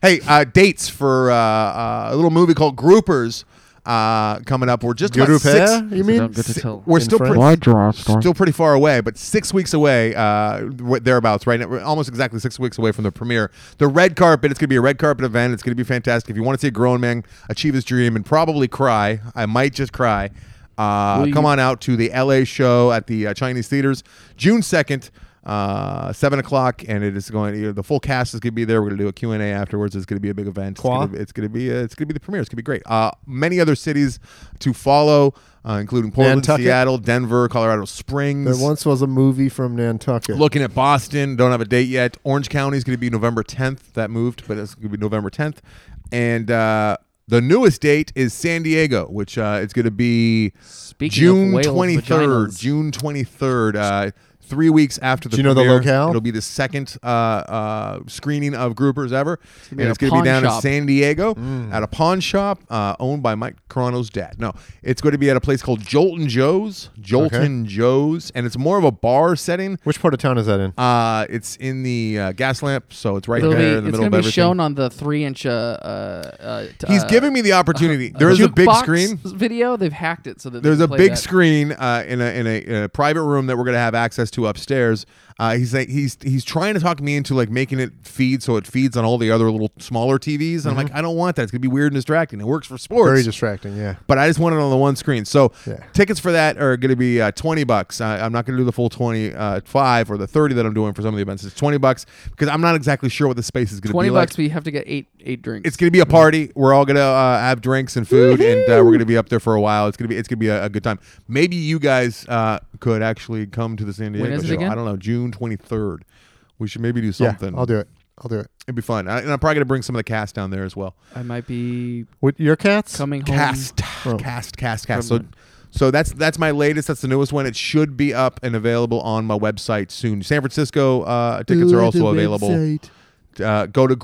A: hey, uh, dates for uh, uh, a little movie called Groupers uh, coming up. We're just about
C: Group,
A: six.
C: eh? You
D: I
C: mean?
D: don't get to tell.
A: We're
C: In
A: still
C: French?
A: pretty,
D: Why draw a storm?
A: still pretty far away, but six weeks away, uh, wh- thereabouts, right now, we're almost exactly six weeks away from the premiere. The red carpet, it's going to be a red carpet event. It's going to be fantastic. If you want to see a grown man achieve his dream and probably cry, I might just cry. Uh,
B: Will
A: come
B: you-
A: on out to the LA show at the uh, Chinese theaters, June 2nd. Uh, seven o'clock, and it is going. You know, the full cast is going to be there. We're going to do a Q and A afterwards. It's going to be a big event. It's
C: Qua?
A: gonna be- It's going to be. uh, It's going to be the premiere. It's going to be great. Uh, many other cities to follow, uh, including Portland,
C: Nantucket?
A: Seattle, Denver, Colorado Springs.
C: There once was a movie from Nantucket.
A: Looking at Boston, don't have a date yet. Orange County is going to be November 10th. That moved, but it's going to be November 10th. And uh, the newest date is San Diego, which uh, it's going to be
B: Speaking of
A: June
B: whales,
A: 23rd.
B: vaginas.
A: June 23rd. Uh, Three weeks after the
C: Do you know the
A: premiere.
C: locale?
A: It'll be the second uh, uh, screening of Groupers ever,
B: gonna be
A: and
B: at
A: it's going
B: a
A: to be
B: pawn
A: down in
B: shop.
A: San Diego
C: Mm.
A: at a pawn shop uh, owned by Mike Carano's dad. No, it's going to be at a place called Jolton Joe's, Jolton Joe's, and it's more of a bar setting.
C: Which part of town is that in?
A: Uh, it's in the uh, gas lamp, so it's right
B: It'll
A: there
B: be-
A: in the
B: it's
A: middle
B: gonna
A: of
B: be
A: everything.
B: shown on the three-inch. Uh, uh, uh, t-
A: He's
B: uh,
A: giving me the opportunity. There is a big
B: jukebox
A: screen.
B: video. They've hacked it so that they
A: There's
B: can
A: a
B: play
A: big
B: that.
A: screen uh, in, a, in a in a private room that we're gonna have access to upstairs. Uh, he's like he's he's trying to talk me into like making it feed so it feeds on all the other little smaller TVs, and I'm
B: Mm-hmm.
A: like, I don't want that. It's gonna be weird and distracting. It works for sports.
C: Very distracting. Yeah.
A: but I just want it on the one screen. So
C: Yeah.
A: tickets for that are going to be uh, twenty bucks. I, I'm not going to do the full twenty uh, five or the thirty that I'm doing for some of the events. It's twenty bucks because I'm not exactly sure what the space is going to
B: Twenty
A: be like.
B: bucks, but you have to get eight eight drinks.
A: It's gonna be a party. We're all gonna uh, have drinks and food, and uh, we're gonna be up there for a while. It's gonna be it's gonna be a, a good time. Maybe you guys uh, could actually come to the San Diego
B: is it
A: show.
B: again?
A: I don't know, June twenty third. We should maybe do
C: Yeah.
A: something.
C: I'll do it. I'll do it.
A: It'd be fun, I, and I'm probably gonna bring some of the cast down there as well.
B: I might be
C: With your cats?
B: coming home.
A: Cast,
C: Oh.
A: cast, cast, cast. So, so that's that's my latest. That's the newest one. It should be up and available on my website soon. San Francisco uh, tickets are also available. Uh, go to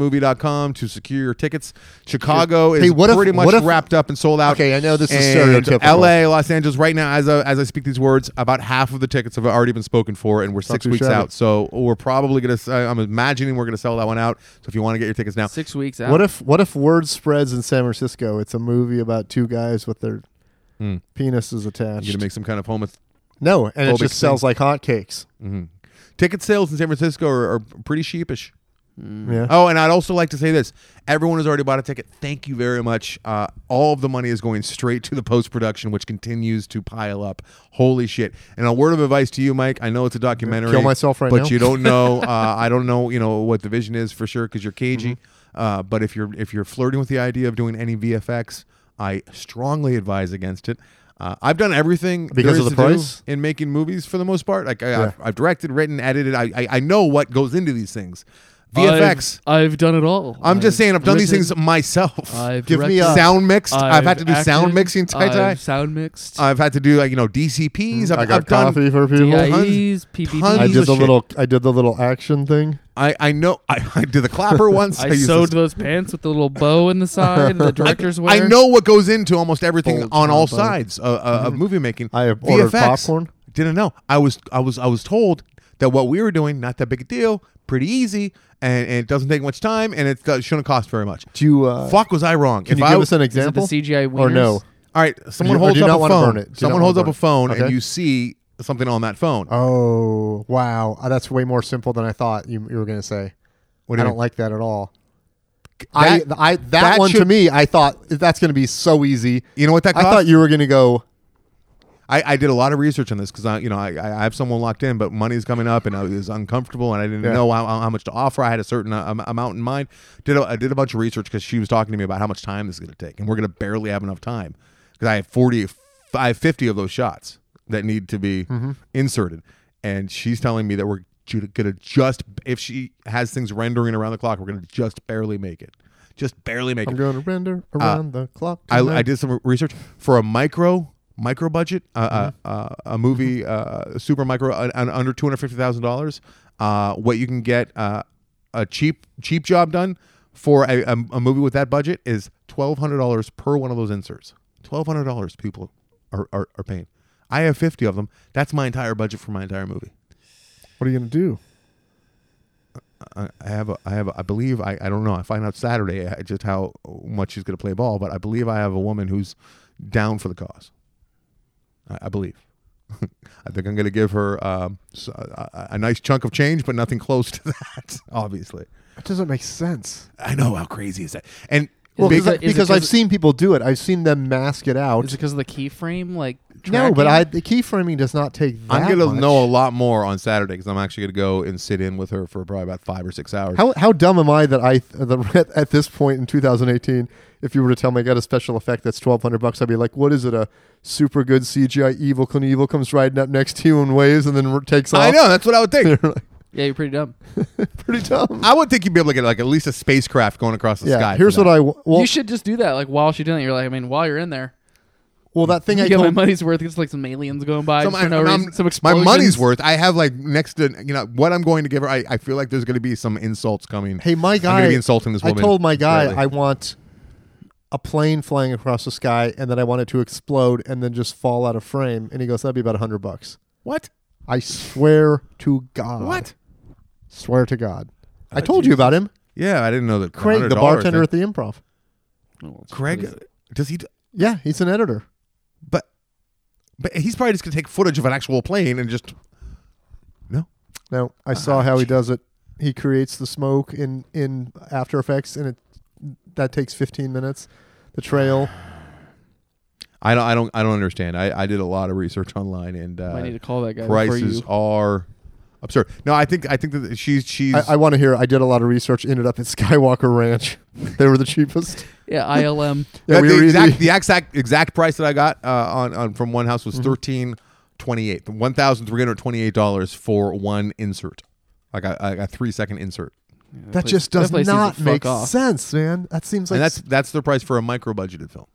A: groupersthemovie.com to secure your tickets. Chicago is
C: Hey, what if-
A: pretty much
C: what if-
A: wrapped up and sold out.
C: Okay, I know this is
A: And
C: stereotypical.
A: LA, Los Angeles, right now, as I, as I speak these words, about half of the tickets have already been spoken for, and we're six
C: too
A: weeks
C: shabby.
A: out. So we're probably going to, I'm imagining we're going to sell that one out. So if you want to get your tickets now,
B: Six weeks out.
C: What if what if word spreads in San Francisco? It's a movie about two guys with their
A: Hmm.
C: penises attached.
A: you're going to make some kind of home with
C: no, and it
A: Phobic
C: just sells
A: thing.
C: like hotcakes.
A: hmm Ticket sales in San Francisco are, are pretty sheepish.
C: Yeah.
A: Oh, and I'd also like to say this: everyone who's already bought a ticket, thank you very much. Uh, all of the money is going straight to the post production, which continues to pile up. Holy shit! And a word of advice to you, Mike. I know it's a documentary.
C: Kill myself right
A: but
C: now.
A: you don't know. Uh, I don't know. You know what the vision is for sure because you're cagey.
C: Mm-hmm.
A: Uh, but if you're if you're flirting with the idea of doing any VFX, I strongly advise against it. Uh, I've done everything there
C: Because of
A: is to
C: the
A: do
C: price?
A: in making movies for the most part. Like I,
C: Yeah.
A: I've, I've directed, written, edited. I, I I know what goes into these things. VFX.
B: I've, I've done it all.
A: I'm just
B: I've
A: saying, I've done these
B: written,
A: things myself.
B: I've
C: Give me
B: directed,
C: a-
A: sound mixed. I've, had to do sound
B: acted,
A: mixing tie dye.
B: I've sound mixed.
A: I've had to do like you know DCPs. I've,
C: Mm, I got
A: I've done.
C: coffee for people.
A: DIE. tons
B: DIEs,
C: I
A: Piece
C: did
A: of
B: PBDs.
C: the
A: shit.
C: little I did the little action thing.
A: I I know. I, I did the clapper once.
B: I
A: used
B: sewed
A: this-
B: those pants with the little bow in the side. the director's
A: I
B: wear.
A: know what goes into almost everything
B: Bulge
A: on all
B: combo.
A: sides of, uh,
B: Mm-hmm.
A: of movie making.
C: I have ordered
A: VFX.
C: popcorn.
A: Didn't know. I was I was I was told that what we were doing not that big a deal, pretty easy, and, and it doesn't take much time, and it uh, shouldn't cost very much.
C: Do you uh
A: Fuck, was I wrong?
C: can
A: if
C: you
A: I
C: give
A: w-
C: us an
B: Is it the
C: example?
B: CGI wieners?
C: or no?
A: All right, someone
C: you- or
A: holds
C: do you
A: up
C: not
A: a
C: wanna
A: phone.
C: burn it? Do you
A: Someone
C: not
A: holds
C: wanna
A: up a
C: burn it?
A: phone, and
C: Okay.
A: you see something on that phone. Uh,
C: Oh wow, Uh, that's way more simple than I thought you, you were going to say.
A: What do
C: I
A: you
C: don't
A: mean?
C: like that at all. I,
A: That-
C: th- I that,
A: that
C: one to
A: should-
C: me, I thought that's going to be so easy.
A: you know what that
C: I
A: cost?
C: thought you were going to go.
A: I, I did a lot of research on this because I, you know, I, I have someone locked in, but money's coming up, and I was uncomfortable, and I didn't
C: Yeah.
A: know how, how much to offer. I had a certain uh, am- amount in mind. Did a, I did a bunch of research because she was talking to me about how much time this is going to take, and we're going to barely have enough time because I have 40, I have 50 of those shots that need to be inserted, and she's telling me that we're going to just if she has things rendering around the clock, we're going to just barely make it, just barely make
C: I'm
A: it.
C: going to render around the clock.
A: Uh, I,
C: tonight.
A: I did some research for a micro micro budget, uh, uh, uh, a movie, uh, super micro, uh, un- under two hundred fifty thousand dollars. uh, What you can get uh, a cheap cheap job done for a, a, a movie with that budget is twelve hundred dollars per one of those inserts. Twelve hundred dollars people are, are are paying. I have fifty of them. That's my entire budget for my entire movie.
C: What are you going to do?
A: I I have a, I have a, I believe I, I don't know I find out Saturday uh, just how much she's going to play ball, but I believe I have a woman who's down for the cause. I, I believe. I think I'm going to give her um, s- a, a- a nice chunk of change, but nothing close to that. Obviously,
C: That doesn't make sense.
A: I know how crazy is that. And
B: Well,
A: big-
B: Is it- is it
C: because
B: 'cause
C: I've
B: it-
C: seen people do it. I've seen them mask it out.
B: Is it because of the keyframe? Like
C: no, but
B: tracking?
C: I the keyframing does not take. That
A: I'm going to
C: much.
A: know a lot more on Saturday because I'm actually going to go and sit in with her for probably about five or six hours.
C: How, how dumb am I that I that at this point in 2018, if you were to tell me I got a special effect that's 1,200 bucks, I'd be like, what is it? A super good CGI evil Clint Evil comes riding up next to you and waves and then r- takes off.
A: I know that's what I would think.
B: Yeah, you're pretty dumb.
C: pretty dumb.
A: I would think you'd be able to get like at least a spacecraft going across the
C: yeah.
A: sky.
C: here's what I w- well
B: you should just do that. Like while she's doing it, you're like, I mean, while you're in there,
C: well that thing
B: you
C: I
B: get my
C: told
B: money's worth. It's like some aliens going by.
A: Some-
B: just for no
A: I'm-
B: reason.
A: I'm-
B: Some
A: my
B: explosions.
A: money's worth. I have like next to you know what I'm going to give her. I, I feel like there's going to be some insults coming.
C: hey my
A: I'm
C: guy
A: going to be insulting this
C: I
A: woman.
C: told my guy
A: shortly.
C: I want a plane flying across the sky and then I want it to explode and then just fall out of frame and he goes that'd be about 100 bucks.
A: what?
C: I swear to God.
A: What? Uh,
C: Swear to God. I told you about him.
A: Yeah, I didn't know that.
C: Craig, the
A: $100
C: bartender
A: thing-
C: at the improv.
B: Oh, it's
A: Craig,
B: crazy.
A: does he? d-
C: Yeah, he's an editor.
A: But but he's probably just going to take footage of an actual plane and just no.
C: Now I saw how he does it. He creates the smoke in in After Effects, and it that takes 15 minutes. The trail.
A: I don't. I don't. I don't understand. I, I did a lot of research online and uh,
B: Might need to call that guy before
A: prices
B: you.
A: are absurd. No, I think I think that she's she's.
C: I, I want to hear. I did a lot of research. Ended up at Skywalker Ranch. they were the cheapest.
B: Yeah, ILM.
C: Yeah,
A: That-
C: we
A: the
C: were
A: exact
C: easily-
A: the exact exact price that I got uh, on, on from one house was thirteen twenty eight, one thousand three hundred twenty eight dollars for one insert, like a, a, a three second insert,
C: that just
B: that
C: does
B: place needs
C: not
B: to
C: make
B: fuck off.
C: sense, man. That seems like
A: and that's that's the price for a micro budgeted film.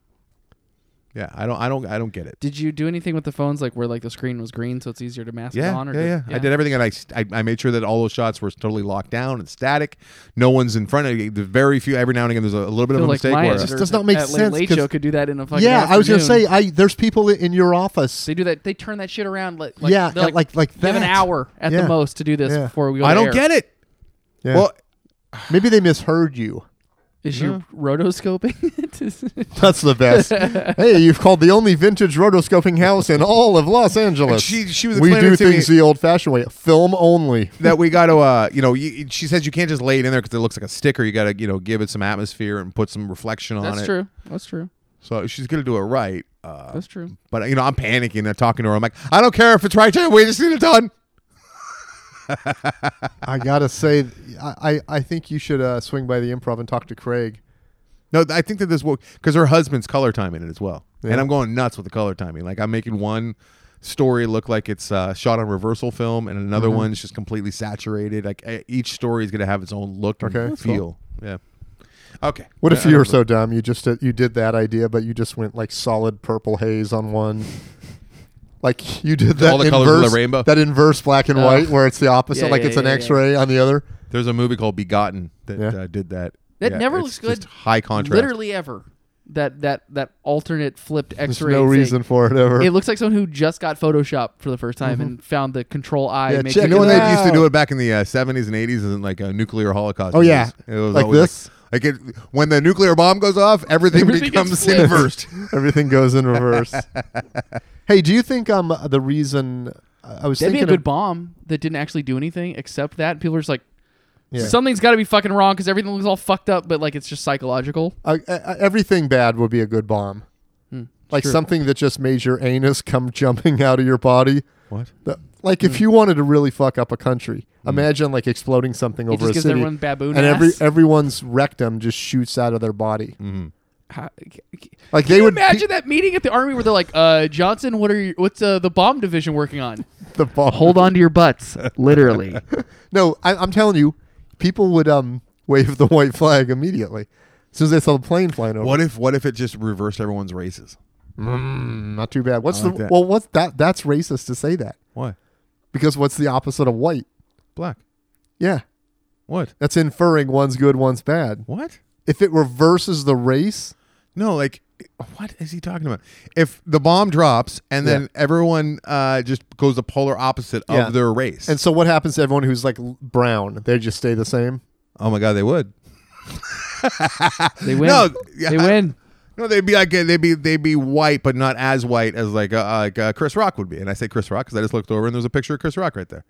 A: Yeah, I don't I don't I don't get it.
B: Did you do anything with the phones, like where like the screen was green, so it's easier to mask it
A: Yeah,
B: on?
A: yeah,
B: Or
A: yeah,
B: did-
A: I did everything, and I, st- I I made sure that all those shots were totally locked down and static. No one's in front of you. There's very few. Every now and again, there's a little bit
B: Feel
A: of a
B: like
A: mistake
B: my
A: where
B: editors
C: Just does not make
B: at Late
C: sense,
B: Late
C: 'cause-
B: Show could do that in a fucking.
C: yeah. I was gonna
B: afternoon.
C: say, uh, I there's people in your office.
B: they do that. They turn that shit around. Like,
C: yeah,
B: they're
C: like like,
B: they have an
C: that.
B: hour at
C: Yeah.
B: the most to do this
C: Yeah.
B: before we. Go
A: I
B: to
A: don't
B: air.
A: get it.
C: Yeah.
A: Well,
C: maybe they misheard you.
B: Is she
C: Mm-hmm.
B: rotoscoping? it? Is-
C: That's the best. hey, you've called the only vintage rotoscoping house in all of Los Angeles.
A: she she was
C: we
A: explaining
C: do
A: it to me-
C: things the old-fashioned way, film only.
A: that we got to, uh, you know, you, she says you can't just lay it in there because it looks like a sticker. You got to, you know, give it some atmosphere and put some reflection on
B: That's
A: it.
B: true. That's true.
A: So she's gonna do it right. Uh,
B: That's true.
A: but you know, I'm panicking. I'm talking to her. I'm like, I don't care if it's right. We just need it done.
C: I gotta say, I, I I think you should uh, swing by the improv and talk to Craig.
A: No, I think that this will because her husband's color timing it as well,
C: Yeah.
A: and I'm going nuts with the color timing. Like I'm making one story look like it's uh, shot on reversal film, and another
C: Mm-hmm.
A: one's just completely saturated. Like e- each story is gonna have its own look and
C: Okay. That's cool.
A: feel. Yeah. Okay.
C: What if
A: I- I
C: you
A: don't
C: were
A: know.
C: so dumb you just uh, you did that idea, but you just went like solid purple haze on one. Like you did that
A: All the
C: inverse,
A: colors of the rainbow?
C: that inverse black and
B: Oh.
C: white, where it's the opposite,
B: Yeah,
C: like
B: yeah,
C: it's an
B: yeah, yeah.
C: X-ray on the other.
A: There's a movie called Begotten that
C: Yeah.
A: uh, did that.
B: That
A: Yeah,
B: never
A: it's
B: looks good.
A: just High contrast.
B: Literally ever. That that that alternate flipped
C: There's
B: X-ray.
C: no
B: thing.
C: reason for it ever.
B: It looks like someone who just got Photoshop for the first time and found the Control I.
C: Mm-hmm. Yeah,
B: matrix.
C: check
A: You know when
C: it
A: they used to
C: out.
A: do it back in the uh, 70s and 80s and like a nuclear holocaust.
C: Oh, yeah.
A: It was
C: Like
A: always
C: this?
A: Like, like it, when the nuclear bomb goes off, everything,
B: Everything gets
A: becomes
B: flipped.
A: inversed.
C: Everything goes in reverse. hey, do you think um the reason I I was
B: That'd be a
C: thinking
B: good
C: of-
B: bomb that didn't actually do anything except that. People are just like,
C: Yeah.
B: something's got to be fucking wrong because everything looks all fucked up, but like it's just psychological. Hmm,
C: Uh, uh, everything bad would be a good bomb. like
A: Sure.
C: something that just made your anus come jumping out of your body.
A: What?
C: The- Like
B: Hmm.
C: if you wanted to really fuck up a country, imagine like exploding something
B: He
C: over
B: Hmm. just
C: a
B: gives
C: city,
B: everyone baboon
C: and
B: ass.
C: every everyone's rectum just shoots out of their body.
A: Mm-hmm.
B: How- c- c-
C: Like
B: Can
C: they
B: you
C: would
B: imagine that meeting at the army where they're like, uh, "Johnson, what are you, what's uh, the bomb division working on?"
C: pick the ball.
D: Hold on to your butts, literally.
C: No, I, I'm telling you, people would um wave the white flag immediately as soon as they saw the plane flying over.
A: What if what if it just reversed everyone's races?
C: Mm, not too bad. What's
A: I like
C: the
A: that.
C: well? What's that? That's racist to say that
A: Why?
C: because what's the opposite of white?
A: Black.
C: Yeah,
A: What?
C: that's inferring one's good, one's bad.
A: What?
C: If it reverses the race,
A: No, like what is he talking about? If the bomb drops and then
C: Yeah.
A: everyone uh, just goes the polar opposite
C: Yeah.
A: of their race.
C: and so what happens to everyone who's like l- brown? They just stay the same.
A: oh my god, they would.
B: They win.
A: No, yeah.
B: they win.
A: No, they'd be like uh, they'd be they'd be white, but not as white as like uh, like uh, Chris Rock would be. And I say Chris Rock because I just looked over and there's a picture of Chris Rock right there.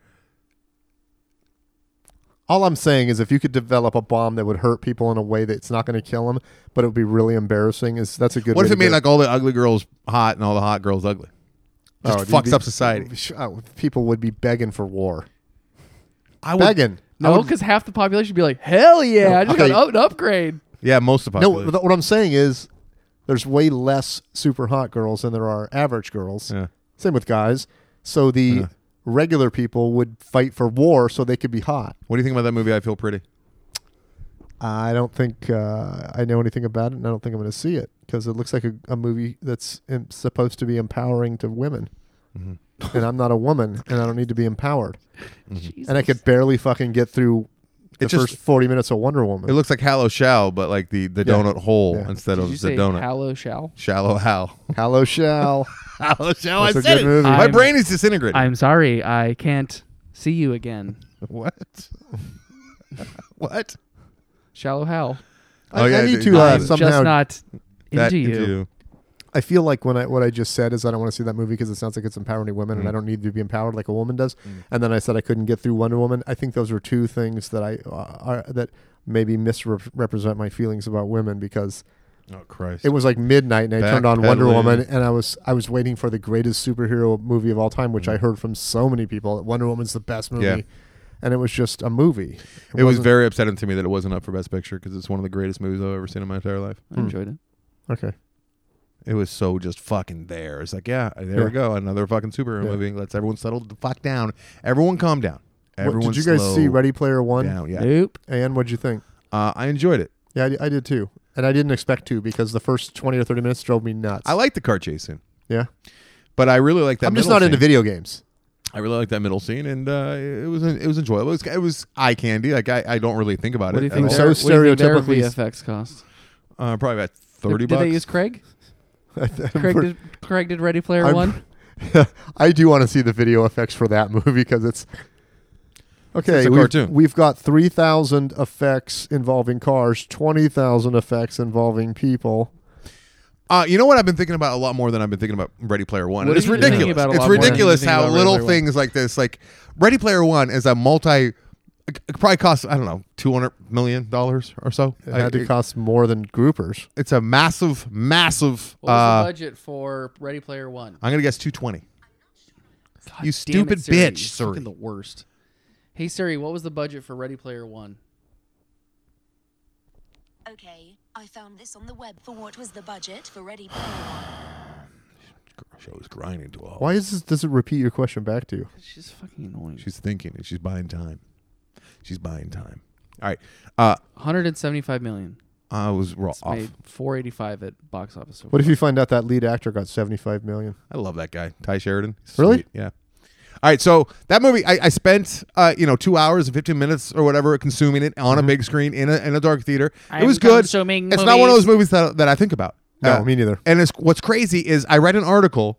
C: All I'm saying is, if you could develop a bomb that would hurt people in a way that's not going to kill them, but it would be really embarrassing, is that's a good.
A: what
C: way
A: if
C: to
A: it made
C: do
A: like all the ugly girls hot and all the hot girls ugly? Just
C: Oh, dude,
A: fucks
C: dude.
A: up society.
C: Oh, people would be begging for war.
A: I would.
C: Begging.
B: No, because half the population would be like, "Hell yeah, I just
C: Okay. Mm-hmm.
B: got an up- an upgrade."
A: Yeah, most of the
C: No,
A: population.
C: th- what I'm saying is there's way less super hot girls than there are average girls.
A: Yeah.
C: Same with guys. So the
A: Yeah.
C: regular people would fight for war so they could be hot.
A: What do you think about that movie? I feel pretty.
C: I don't think uh, I know anything about it, and I don't think I'm going to see it because it looks like a, a movie that's em supposed to be empowering to women.
A: Mm-hmm.
C: and I'm not a woman, and I don't need to be empowered.
B: Jesus.
C: And I could barely fucking get through the
A: It just-
C: first 40 minutes of Wonder
A: It
C: Woman.
A: looks like Hallow Shall, but like the the
C: Yeah.
A: donut hole
C: Yeah.
A: instead
B: Did
A: of
B: you
A: the
B: say
A: donut.
B: Hallow shall?
A: Shallow Hal.
C: Hello, Shell.
A: Hallow Shall.
C: That's
A: I
C: a
A: said
C: good
A: it.
C: movie.
A: My
B: I'm-
A: brain is disintegrating.
B: I'm sorry, I can't see you again.
A: what? what?
B: Shallow Hal.
C: I,
A: Oh,
C: I
A: yeah,
C: need
A: dude.
C: to uh,
A: I'm
B: just
C: somehow
B: not
A: That
B: into you.
A: into
C: I feel like when I what I just said is I don't want to see that movie because it sounds like it's empowering women,
A: Mm.
C: and I don't need to be empowered like a woman does. And then I said I couldn't get through Wonder Woman. I think those are two things that I uh, are, that maybe misrepresent my feelings about women because
A: Oh Christ!
C: it was like midnight and I turned on Wonder
A: Backpedaling.
C: Woman and I was I was waiting for the greatest superhero movie of all time, which I heard from so many people that Wonder Woman's the best movie,
A: Mm. Yeah.
C: and it was just a movie.
A: It was
C: wasn't-
A: very upsetting to me that it wasn't up for Best Picture because it's one of the greatest movies I've ever seen in my entire life.
B: I enjoyed it.
C: okay.
A: It was so just fucking there. It's like, yeah, there
C: Yeah.
A: we go, another fucking superhero
C: Yeah.
A: movie. Let's everyone settle the fuck down. Everyone calm down. Everyone
C: What, did you guys
A: slow
C: see Ready Player One?
A: down. Yeah,
B: Nope.
C: And what'd you think?
A: uh, I enjoyed it.
C: Yeah, I, I did too, and I didn't expect to because the first twenty or thirty minutes drove me nuts.
A: I like the car chase scene,
C: yeah,
A: but I really like that.
C: I'm just
A: middle
C: not into
A: scene.
C: video games.
A: I really like that middle scene, and uh, it was it was enjoyable. It was, it was eye candy. Like I, I don't really think about
B: What do
A: it.
B: you think?
A: at
C: so
B: their- what do you think their
C: stereotypically-
B: VFX cost.
A: all. uh, probably about
B: Did-
A: thirty
B: Did,
A: bucks.
B: they use Craig? Craig did, Craig did Ready Player
C: I'm-
B: One.
C: I do want to see the video effects for that movie because it's okay.
A: It's a
C: we've,
A: cartoon.
C: we've got three thousand effects involving cars, twenty thousand effects involving people.
A: Uh, you know what I've been thinking about a lot more than I've been thinking about Ready Player One.
B: What
A: It's
B: have you been thinking
A: ridiculous.
B: about a
A: It's
B: lot more than
A: ridiculous
B: you think
A: how
B: about Ready
A: little
B: Player One?
A: things like this, like Ready Player One, is a multi. It probably costs I don't know two hundred million dollars or so.
C: It
A: I- e
C: had to
A: it-
C: cost more than groupers.
A: it's a massive, massive.
B: What was
A: Uh,
B: the budget for Ready Player One?
A: I'm gonna guess two twenty.
B: God
A: you
B: damn
A: stupid
B: it, Siri.
A: bitch,
B: You're
A: Siri.
B: fucking the worst. Hey Siri, what was the budget for Ready Player One?
E: Okay, I found this on the web for what was the budget for Ready Player One.
A: Show is grinding to a halt.
C: Why is this? Does it repeat your question back to you?
B: She's fucking annoying.
A: She's thinking and she's buying time. She's buying time. All right. Uh,
B: 175 million.
A: I was raw
B: It's
A: off.
B: made 485 at box office. so
C: What if you find out that lead actor got seventy-five million?
A: I love that guy, Ty Sheridan. He's
C: Really?
A: sweet, Yeah. All right, so that movie, I, I spent uh, you know two hours and fifteen minutes or whatever consuming it on
C: Mm-hmm.
A: a big screen in a, in a dark theater. it
B: I'm
A: was good. It's
B: consuming
A: not one of
B: movies.
A: those movies that, that I think about. Uh,
C: No, me neither.
A: And it's what's crazy
C: Mm-hmm.
A: is I read an article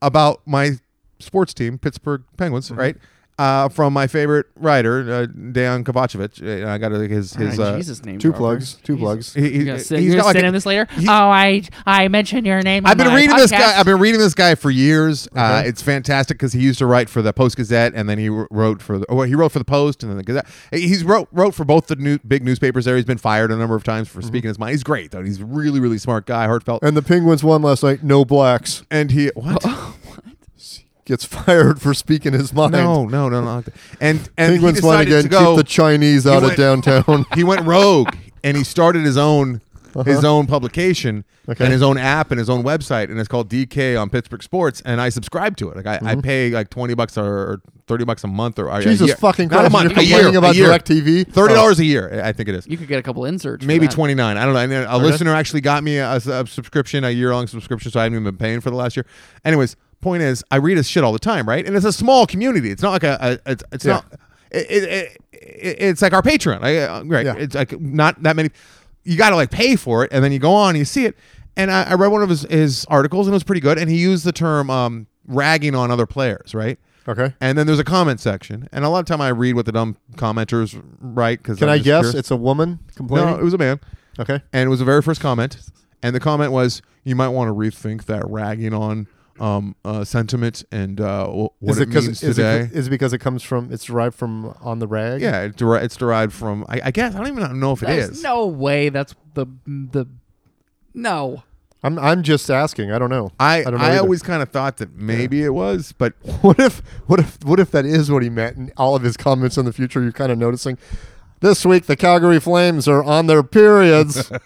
A: about my sports team, Pittsburgh Penguins, right? uh, from my favorite writer, uh, Dan Kovacevic. Uh, I got uh, his his
B: All right,
A: uh,
B: Ah, Jesus name.
C: Two
B: Robert.
C: plugs. Two
B: Jesus.
C: plugs.
A: he- he-
B: You gonna sit,
A: he's
B: you
A: got
B: gonna
A: like
B: sit
A: a-
B: in this later?
A: he-
B: oh, I I mentioned your name.
A: I've been
B: on my
A: reading this guy.
B: podcast.
A: I've been reading this guy for years. Uh,
C: Okay.
A: it's fantastic because he used to write for the Post Gazette, and then he wr- wrote for the. oh, Well, he wrote for the Post, and then the Gazette. He's wrote wrote for both the new, big newspapers. There, he's been fired a number of times for speaking his mind. He's great though. He's a really really smart guy, heartfelt,
C: Mm-hmm. And the Penguins won last night. No blacks.
A: and he what?
C: Gets fired for speaking his mind.
A: no, no, no, no. And and he
C: Penguins won
A: decided
C: again.
A: to go.
C: Keep the Chinese out
A: went-
C: of downtown.
A: he went rogue and he started his own his own publication
C: Uh-huh. Okay.
A: and his own app and his own website and it's called DK on Pittsburgh Sports and I subscribe to it. Like I, I pay like twenty bucks or, or thirty bucks a month or or a
C: Mm-hmm. Jesus
A: year.
C: fucking
A: Not a
C: Christ!
A: month,
C: you're
A: a year,
C: complaining
A: a
C: about
A: year.
C: DirecTV.
A: Thirty
C: Oh.
A: dollars a year, I think it is.
B: You could get a couple inserts. for
A: Maybe
B: that.
A: twenty nine. I don't know. And then a listener actually got me a, a subscription, a year long subscription, so I haven't even been paying for the last year. Anyways, point is, I read his shit all the time, right? And it's a small community. It's not like a. a it's it's
C: Yeah.
A: not. It, it, it, it's like our Patreon. I, uh, right.
C: Yeah.
A: It's like not that many. You got to like pay for it, and then you go on, and you see it. And I, I read one of his, his articles, and it was pretty good. And he used the term um, ragging on other players, right?
C: Okay.
A: And then there's a comment section, and a lot of time I read what the dumb commenters write because
C: Can I guess it's a woman complaining?
A: no, it was a man
C: okay.
A: and it was the very first comment. And the comment was, "You might want to rethink that ragging on um, uh, sentiment and uh, wh- what
C: is
A: it,
C: it because
A: means
C: is
A: today."
C: it, is it because it comes from it's derived from on the rag?
A: yeah, it deri- it's derived from. I, I guess I don't even know if it
B: There's
A: is.
B: no way. That's the the. No.
C: I'm I'm just asking. I don't know.
A: I
C: don't know
A: I,
C: either.
A: always kind of thought that maybe it was, but
C: what if what if what if that is what he meant and all of his comments in the future you're kind of noticing this week the Calgary Flames are on their periods.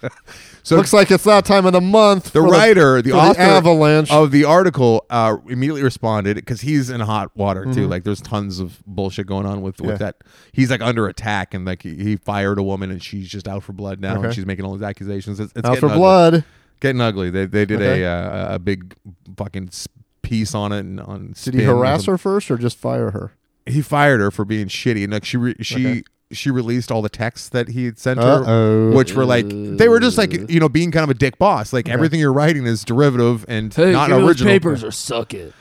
A: So-
C: looks like it's that time of the month.
A: the
C: for
A: writer, the
C: for
A: author
C: Avalanche.
A: of the article, uh, immediately responded because he's in hot water too. Like there's tons of bullshit going on with
C: Mm-hmm. Yeah.
A: with that. He's like under attack, and like he, he fired a woman, and she's just out for blood now,
C: Okay.
A: and she's making all these accusations. It's, it's
C: out
A: getting
C: for
A: ugly.
C: blood.
A: getting ugly. They they did
C: Okay.
A: a uh, a big fucking s- piece on it and on.
C: Did he harass her first or just fire her?
A: He fired her for being shitty, and like she re- she.
C: Okay.
A: She released all the texts that he had sent
C: Uh-oh.
A: her, which were like they were just like you know being kind of a dick boss. Like everything you're writing is derivative and not original.
B: or suck it.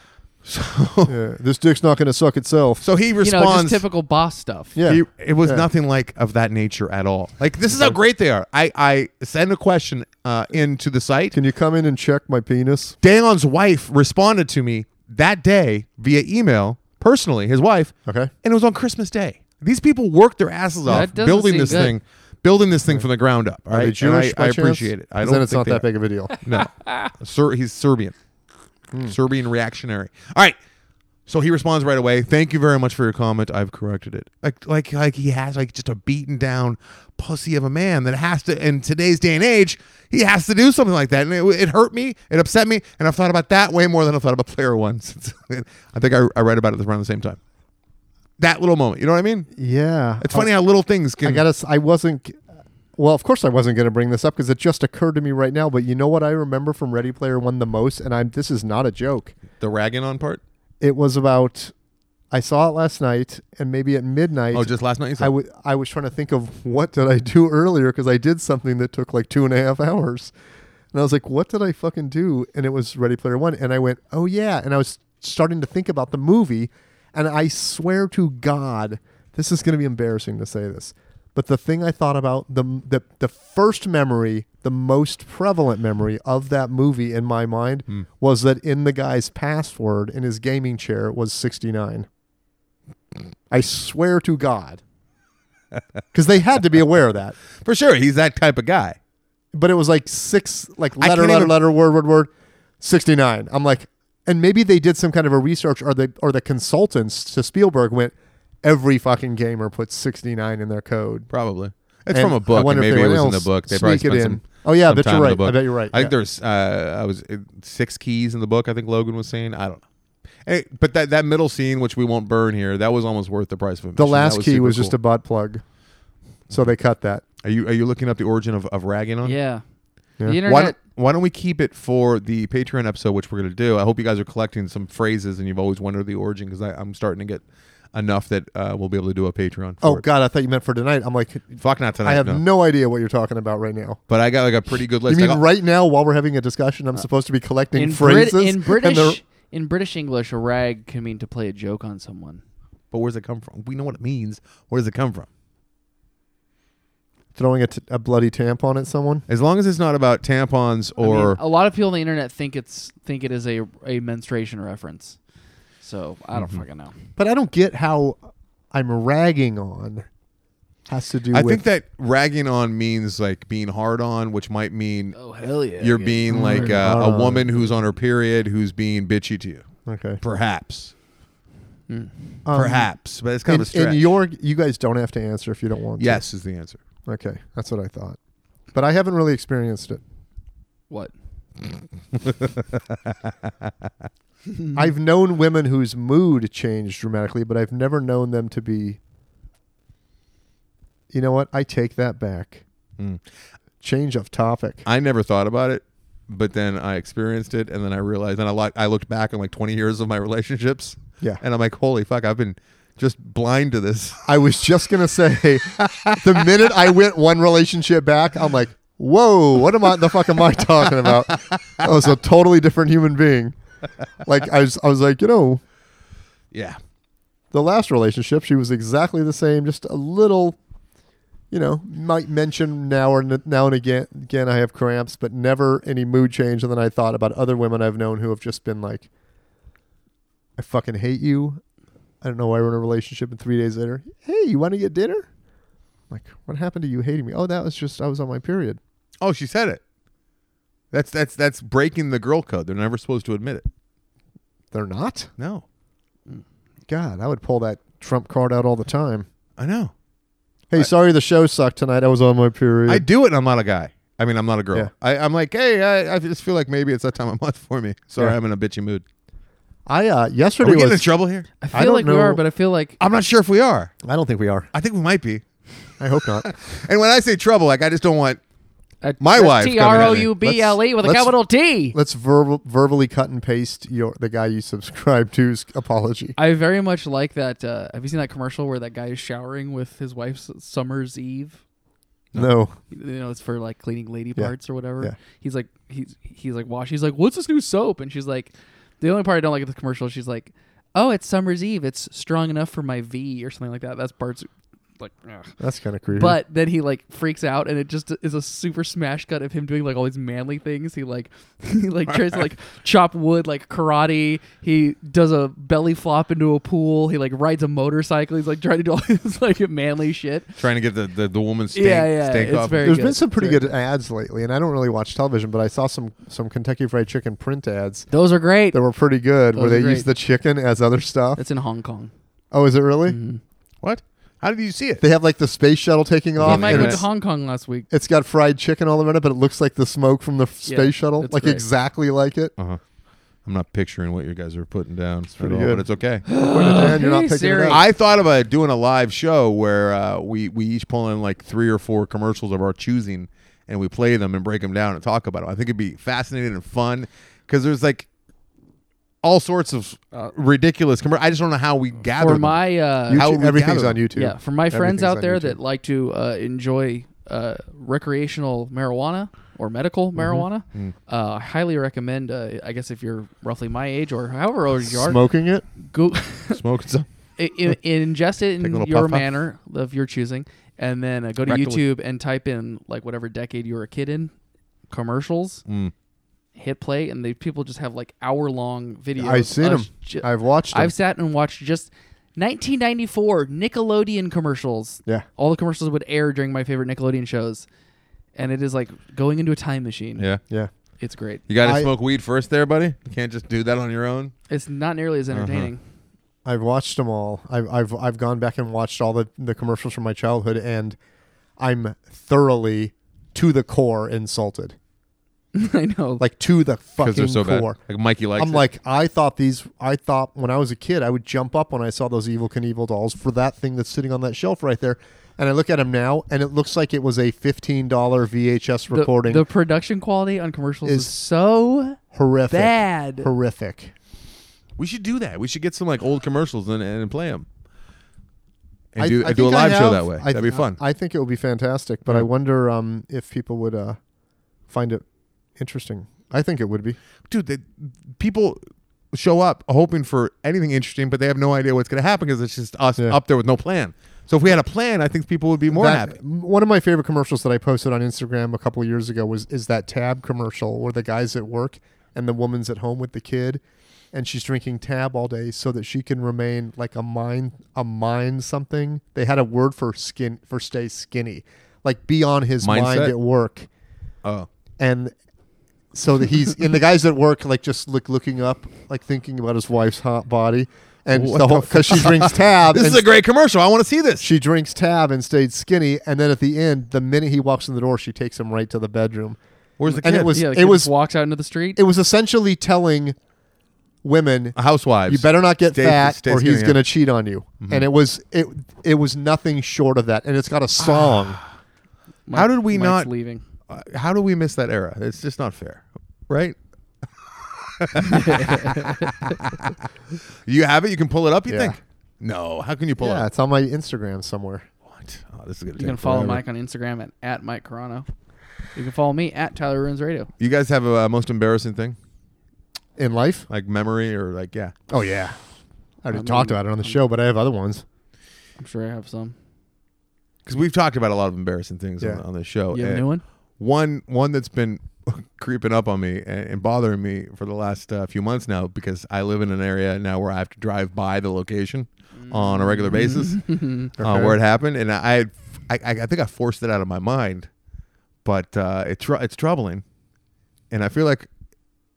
C: Yeah, this dick's not going to suck itself.
A: So he
B: You know, just
A: responds.
B: typical boss stuff.
C: Yeah.
A: he- it was
C: Yeah.
A: nothing like of that nature at all. Like this is how great they are. I I send a question uh, into the site.
C: Can you come in and check my penis?
A: Dan's wife responded to me that day via email personally, his wife.
C: Okay.
A: And it was on Christmas Day. These people worked their asses off
B: that doesn't
A: building
B: seem
A: this
B: good.
A: thing, building this thing from the ground up. All
C: Are
A: right.
C: they
A: And
C: Jewish?
A: I,
C: by
A: I
C: chance?
A: appreciate it. I
C: 'Cause
A: don't
C: then it's not
A: think
C: that
A: they
C: big of a deal.
A: are. No. Sir, he's Serbian.
C: Hmm.
A: Serbian reactionary. All right. So he responds right away. Thank you very much for your comment. I've corrected it. Like, like, like he has like just a beaten down pussy of a man that has to. In today's day and age, he has to do something like that, and it, it hurt me. It upset me, and I've thought about that way more than I've thought about player one. Since I think I, I read about it around the same time. That little moment, you know what I mean?
C: Yeah.
A: It's funny how little things can.
C: I gotta. s- I wasn't. g- Well, of course, I wasn't gonna bring this up because it just occurred to me right now. But you know what I remember from Ready Player One the most, and I'm. This is not a joke.
A: the ragging on part.
C: It was about. I saw it last night, and maybe at midnight.
A: Oh, just last night. You said.
C: I wa- I was trying to think of what did I do earlier because I did something that took like two and a half hours, and I was like, "What did I fucking do?" And it was Ready Player One, and I went, "Oh yeah," and I was starting to think about the movie, and I swear to God, this is going to be embarrassing to say this, but the thing I thought about the the the first memory, the most prevalent memory of that movie in my mind was that in the guy's password in his gaming chair was sixty nine. I swear to God. Because they had to be aware of that.
A: For sure, he's that type of guy.
C: But it was like six, like
A: I
C: letter,
A: can't
C: letter,
A: even-
C: letter, word, word, word, 69. I'm like, and maybe they did some kind of a research or the, or the consultants to Spielberg went, every fucking gamer puts 69 in their code.
A: Probably. It's
C: And
A: from
C: I
A: a book.
C: wonder
A: and
C: if
A: Maybe it
C: anyone
A: was in the
C: else
A: book. They probably
C: sneak it
A: spent
C: in.
A: some.
C: Oh, yeah, I
A: some
C: bet you're
A: time in the
C: right. I
A: book.
C: bet you're right,
A: I
C: yeah.
A: think there's. Uh, I was uh, six keys in the book. I think Logan was saying. I don't know. Hey, but that that middle scene, which we won't burn here, that was almost worth the price of admission.
C: The
A: That
C: last key
A: super
C: was just
A: cool.
C: a butt plug. So they cut that.
A: Are you are you looking up the origin of of ragging on?
B: Yeah. The
C: Yeah.
B: internet.
A: Why don't, why don't we keep it for the Patreon episode, which we're going to do? I hope you guys are collecting some phrases and you've always wondered the origin because I'm starting to get enough that uh, we'll be able to do a Patreon. For
C: Oh,
A: it.
C: God, I thought you meant for tonight. I'm like,
A: fuck not tonight.
C: I have
A: no.
C: no. idea what you're talking about right now.
A: But I got like a Uh, pretty good list.
C: You
A: I
C: mean
A: got-
C: right now, while we're having a discussion, I'm supposed to be collecting
B: in, Brit-
C: phrases?
B: in
C: and they're-
B: British in British English, a rag can mean to play a joke on someone.
A: But where does it come from? We know what it means. Where does it come from?
C: Throwing a, t- a bloody tampon at someone.
A: As long as it's not about tampons
B: I mean,
A: or
B: a lot of people on the internet think it's think it is a a menstruation reference. So I don't fucking know.
C: But I don't get how I'm ragging on has to do
A: I
C: with
A: think that ragging on means like being hard on, which might mean
B: Oh hell yeah!
A: you're being like uh,
C: hard
A: a
C: on.
A: woman who's on her period who's being bitchy to you.
C: okay.
A: Perhaps.
B: Hmm.
C: Um,
A: Perhaps. But it's kind
C: In,
A: of a stretch.
C: in your you guys don't have to answer if you don't want
A: yes is the answer.
C: to. Okay. That's what I thought. But I haven't really experienced it.
B: what?
C: I've known women whose mood changed dramatically, but I've never known them to be You know what? I take that back.
A: Mm.
C: Change of topic.
A: I never thought about it, but then I experienced it, and then I realized, and I like I looked back on like 20 years of my relationships,
C: Yeah.
A: and I'm like, holy fuck, I've been just blind to this.
C: I was just gonna say, the minute I went one relationship back, I'm like, whoa, what am I? The fuck am I talking about? I was a totally different human being. Like I was, I was like, you know,
A: Yeah,
C: the last relationship, she was exactly the same, just a little, you know, might mention now or n- now and again, again I have cramps, but never any mood change. And then I thought about other women I've known who have just been like, I fucking hate you. I don't know why we're in a relationship. And three days later, hey, you want to get dinner? Like, what happened to you hating me? Oh, that was just I was on my period.
A: Oh, she said it. That's that's that's breaking the girl code. They're never supposed to admit it.
C: They're not.
A: No,
C: God, I would pull that trump card out all the time.
A: I know.
C: Hey, sorry the show sucked tonight. I was on my period.
A: I do it. and I'm not a guy. I mean, I'm not a girl.
C: Yeah.
A: I, I'm like, hey, I, I just feel like maybe it's that time of month for me. Sorry,
C: Yeah.
A: I'm in a bitchy mood.
C: I uh,
A: Are
C: yesterday
A: we getting in
C: was.
A: trouble here?
B: I feel
C: I don't
B: like we are,
C: know.
B: but I feel like
A: I'm not sure if we are.
C: I don't think we are.
A: I think we might be.
C: I hope not.
A: And when I say trouble, like I just don't want.
B: a-
A: My
B: a
A: wife coming
B: T
A: at me.
B: R O U B L E with a
C: Let's-
B: capital T.
C: Let's verbal, verbally cut and paste your the guy you subscribe to's apology.
B: I very much like that. Uh, have you seen that commercial where that guy is showering with his wife's summer's eve?
C: No,
B: You know, it's for like cleaning lady
C: Yeah.
B: parts or whatever.
C: Yeah.
B: He's like, he's he's like, wash. He's like, what's this new soap? And she's like, the only part I don't like at the commercial, she's like, oh, it's summer's eve. It's strong enough for my V or something like that. That's Bart's like. ugh.
C: that's kind of creepy.
B: But then he like freaks out, and it just is a super smash cut of him doing like all these manly things. He like he like tries to like chop wood, like karate. He does a belly flop into a pool. He like rides a motorcycle. He's like trying to do all this like manly shit.
A: Trying to get the the, the woman stink,
B: Yeah, yeah,
A: stink
B: it's
A: off.
B: very-
C: there's
B: good.
C: been some pretty
B: Very
C: good ads lately, and I don't really watch television, but I saw some some Kentucky Fried Chicken print ads
B: Those are great.
C: that were pretty good, where
B: Those are
C: they use
B: great.
C: the chicken as other stuff.
B: That's in Hong Kong.
C: oh, is it really?
B: Mm-hmm.
A: what? How did you see it?
C: They have like the space shuttle taking
B: Me
C: off.
B: and Mike
C: and
B: went to
C: it's,
B: Hong Kong last week.
C: it's got fried chicken all around it, but it looks like the smoke from the f-
B: Yeah,
C: space shuttle,
B: it's
C: like
B: great. Uh-huh.
C: exactly like it.
A: Uh huh. I'm not picturing what you guys are putting down. It's
C: pretty good.
A: but it's okay.
C: Put it down, you're not
B: Hey,
C: picking
B: Siri.
C: it up.
A: I thought about doing a live show where uh, we we each pull in like three or four commercials of our choosing, and we play them and break them down and talk about them. I think it'd be fascinating and fun because there's like all sorts of uh, ridiculous. Commer- I just don't know how we gather.
B: For
A: them.
B: my uh,
C: YouTube,
A: How would we
C: everything's
A: gather
C: on
A: them?
C: YouTube.
B: yeah, for my friends
C: Everything's
B: out
C: on
B: there
C: YouTube.
B: that like to uh, enjoy uh, recreational marijuana or
A: Mm-hmm.
B: medical marijuana,
A: Mm.
B: uh, I highly recommend. Uh, I guess if you're roughly my age or however old you are,
C: smoking it.
B: go
A: smoke some.
B: i- i- ingest
A: Take
B: it
A: a
B: in
A: little
B: your
A: puff, puff.
B: manner of your choosing, and then uh, go to
A: Rectally.
B: YouTube and type in like whatever decade you were a kid in commercials.
A: Mm.
B: Hit play, and they people just have like hour long videos.
C: I've seen
B: of
C: them.
B: ju-
C: I've watched them.
B: I've sat and watched just 1994 Nickelodeon commercials.
C: Yeah.
B: All the commercials would air during my favorite Nickelodeon shows. And it is like going into a time machine.
A: Yeah,
C: Yeah.
B: It's great.
A: you got to
C: I-
A: smoke weed first, there, buddy. You can't just do that on your own.
B: It's not nearly
C: Uh-huh.
B: as entertaining.
C: I've watched them all. I've I've I've gone back and watched all the the commercials from my childhood, and I'm thoroughly to the core insulted,
B: I know.
C: like to the fucking
A: Because they're so
C: core.
A: bad. Like Mikey likes.
C: I'm
A: it.
C: like, I thought these. I thought when I was a kid, I would jump up when I saw those evil Knievel dolls for that thing that's sitting on that shelf right there. And I look at them now, and it looks like it was a fifteen dollar VHS
B: the,
C: recording.
B: the production quality on commercials is,
C: Is
B: so
C: horrific,
B: bad.
C: horrific.
A: we should do that. We should get some like old commercials and and play them. And
C: I-
A: do,
C: I
A: and do a
C: think I
A: live show
C: have-
A: that way.
C: I
A: That'd be
C: th-
A: fun.
C: I think it would be fantastic, but I wonder um, if people would uh, find it interesting. I think it would be.
A: dude, the people show up hoping for anything interesting, but they have no idea what's going to happen because it's just us
C: Yeah.
A: up there with no plan. So if we had a plan, I think people would be more
C: That-
A: happy.
C: m- One of my favorite commercials that I posted on Instagram a couple of years ago was is that Tab commercial where the guy's at work and the woman's at home with the kid, and she's drinking Tab all day so that she can remain like a mind a mind something. They had a word for skin for stay skinny, like be on his mind
A: Mindset?
C: at work,
A: Oh,
C: and so that he's and the guys at work like just look looking up like thinking about his wife's hot body. And
A: What the
C: because she drinks tab,
A: this
C: and
A: is a great commercial. I want to see this.
C: she drinks tab and stayed skinny, and then at the end, the minute he walks in the door, she takes him right to the bedroom.
A: Where's the
C: and
A: kid?
C: it was
B: Yeah, the
C: it
B: kid
C: was
B: just walks out into the street.
C: it was essentially telling women
A: housewives.
C: you better not get
A: Stay-
C: fat
A: stay
C: or
A: skinny,
C: he's
A: yeah.
C: going to cheat on you. And it was it it was nothing short of that, and it's got a song.
B: Mike-
A: How did we
B: Mike's
A: not-
B: leaving?
A: Uh, How do we miss that era? It's just not fair, right? you have it. You can pull it up. You
C: Yeah.
A: think? No. How can you pull
C: yeah,
A: it? up?
C: it's on my Instagram somewhere.
A: What? Oh, this is gonna.
B: You can follow Mike on Instagram at, at Mike Carano. You can follow me at Tyler Ruins Radio.
A: You guys have a uh, most embarrassing thing,
C: In life,
A: like memory or like yeah.
C: oh yeah, I already
B: I
C: talked
B: mean-
C: about it on the show, but I have other ones.
B: I'm sure I have some.
A: because we've talked about a lot of embarrassing things on,
C: Yeah.
A: on this show.
B: You have a
C: Eh.
A: and
B: new one?
A: One one that's been creeping up on me and, and bothering me for the last uh, few months now because I live in an area now where I have to drive by the location on a
B: Mm.
A: regular basis uh,
C: Okay.
A: where it happened, and I, had- I I I think I forced it out of my mind, but uh, it's tr- it's troubling, and I feel like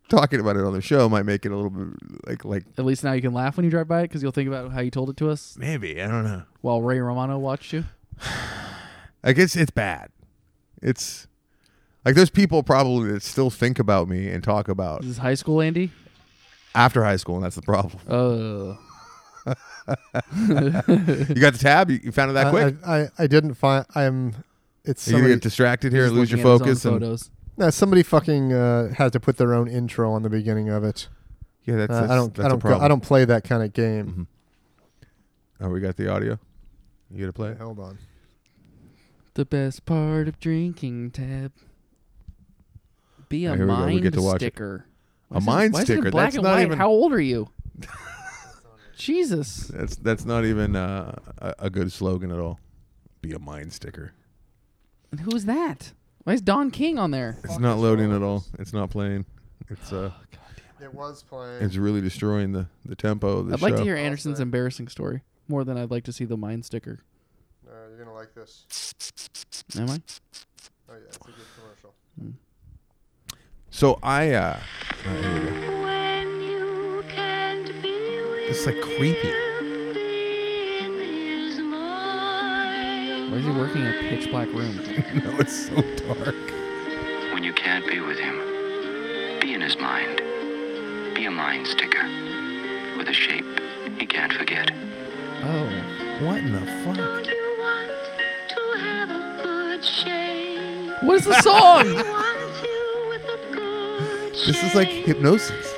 A: talking about it on the show might make it a little bit like like
B: At least now you can laugh when you drive by it because you'll think about how you told it to us
A: maybe I don't know.
B: while Ray Romano watched you.
A: Like it's it's bad. It's like there's people probably that still think about me and talk about
B: This is high school, Andy.
A: after high school, and that's the problem.
B: Uh,
A: You got the tab. You, you found it that
B: Uh,
C: I-
A: quick.
C: I, I I didn't find I'm. It's
A: You're gonna
C: somebody-
A: get distracted here
B: he's
A: and lose your
B: looking at his own
A: focus. And,
B: photos.
C: No, somebody fucking uh, had to put their own intro on the beginning of it.
A: yeah, that's,
C: Uh,
A: that's
C: I don't.
A: That's
C: I
A: a
C: don't. go-
A: problem. Mm-hmm.
C: I don't play that kind of game.
A: Oh, we got the audio. You gotta play it.
C: Hold on.
B: The best part of drinking tab. Be a
A: Alright, here we go. We
B: mind
A: get to watch it.
B: sticker.
A: A
B: Why is it-
A: mind
B: why is it in
A: sticker?
B: black
A: That's
B: and
A: not
B: white.
A: even-
B: How old are you? Jesus.
A: That's that's not even uh, a, a good slogan at all. Be a mind sticker.
B: And who's that? Why is Don King on there?
A: It's not loading at all. It's not playing. It's uh,
C: It was playing.
A: it's really destroying the the tempo of the
B: I'd
A: show.
B: like to hear Anderson's embarrassing story more than I'd like to see the mind sticker.
C: uh, you're gonna like this.
B: Am I?
C: Oh yeah, it's a good commercial.
A: So I uh, oh, here we go. it's like creepy.
B: Why is he working in a pitch black room?
A: No, it's so dark.
F: When you can't be with him, be in his mind. Be a mind sticker with a shape he can't forget.
B: Oh.
A: What in the fuck?
B: What is the song?
A: This is like hypnosis.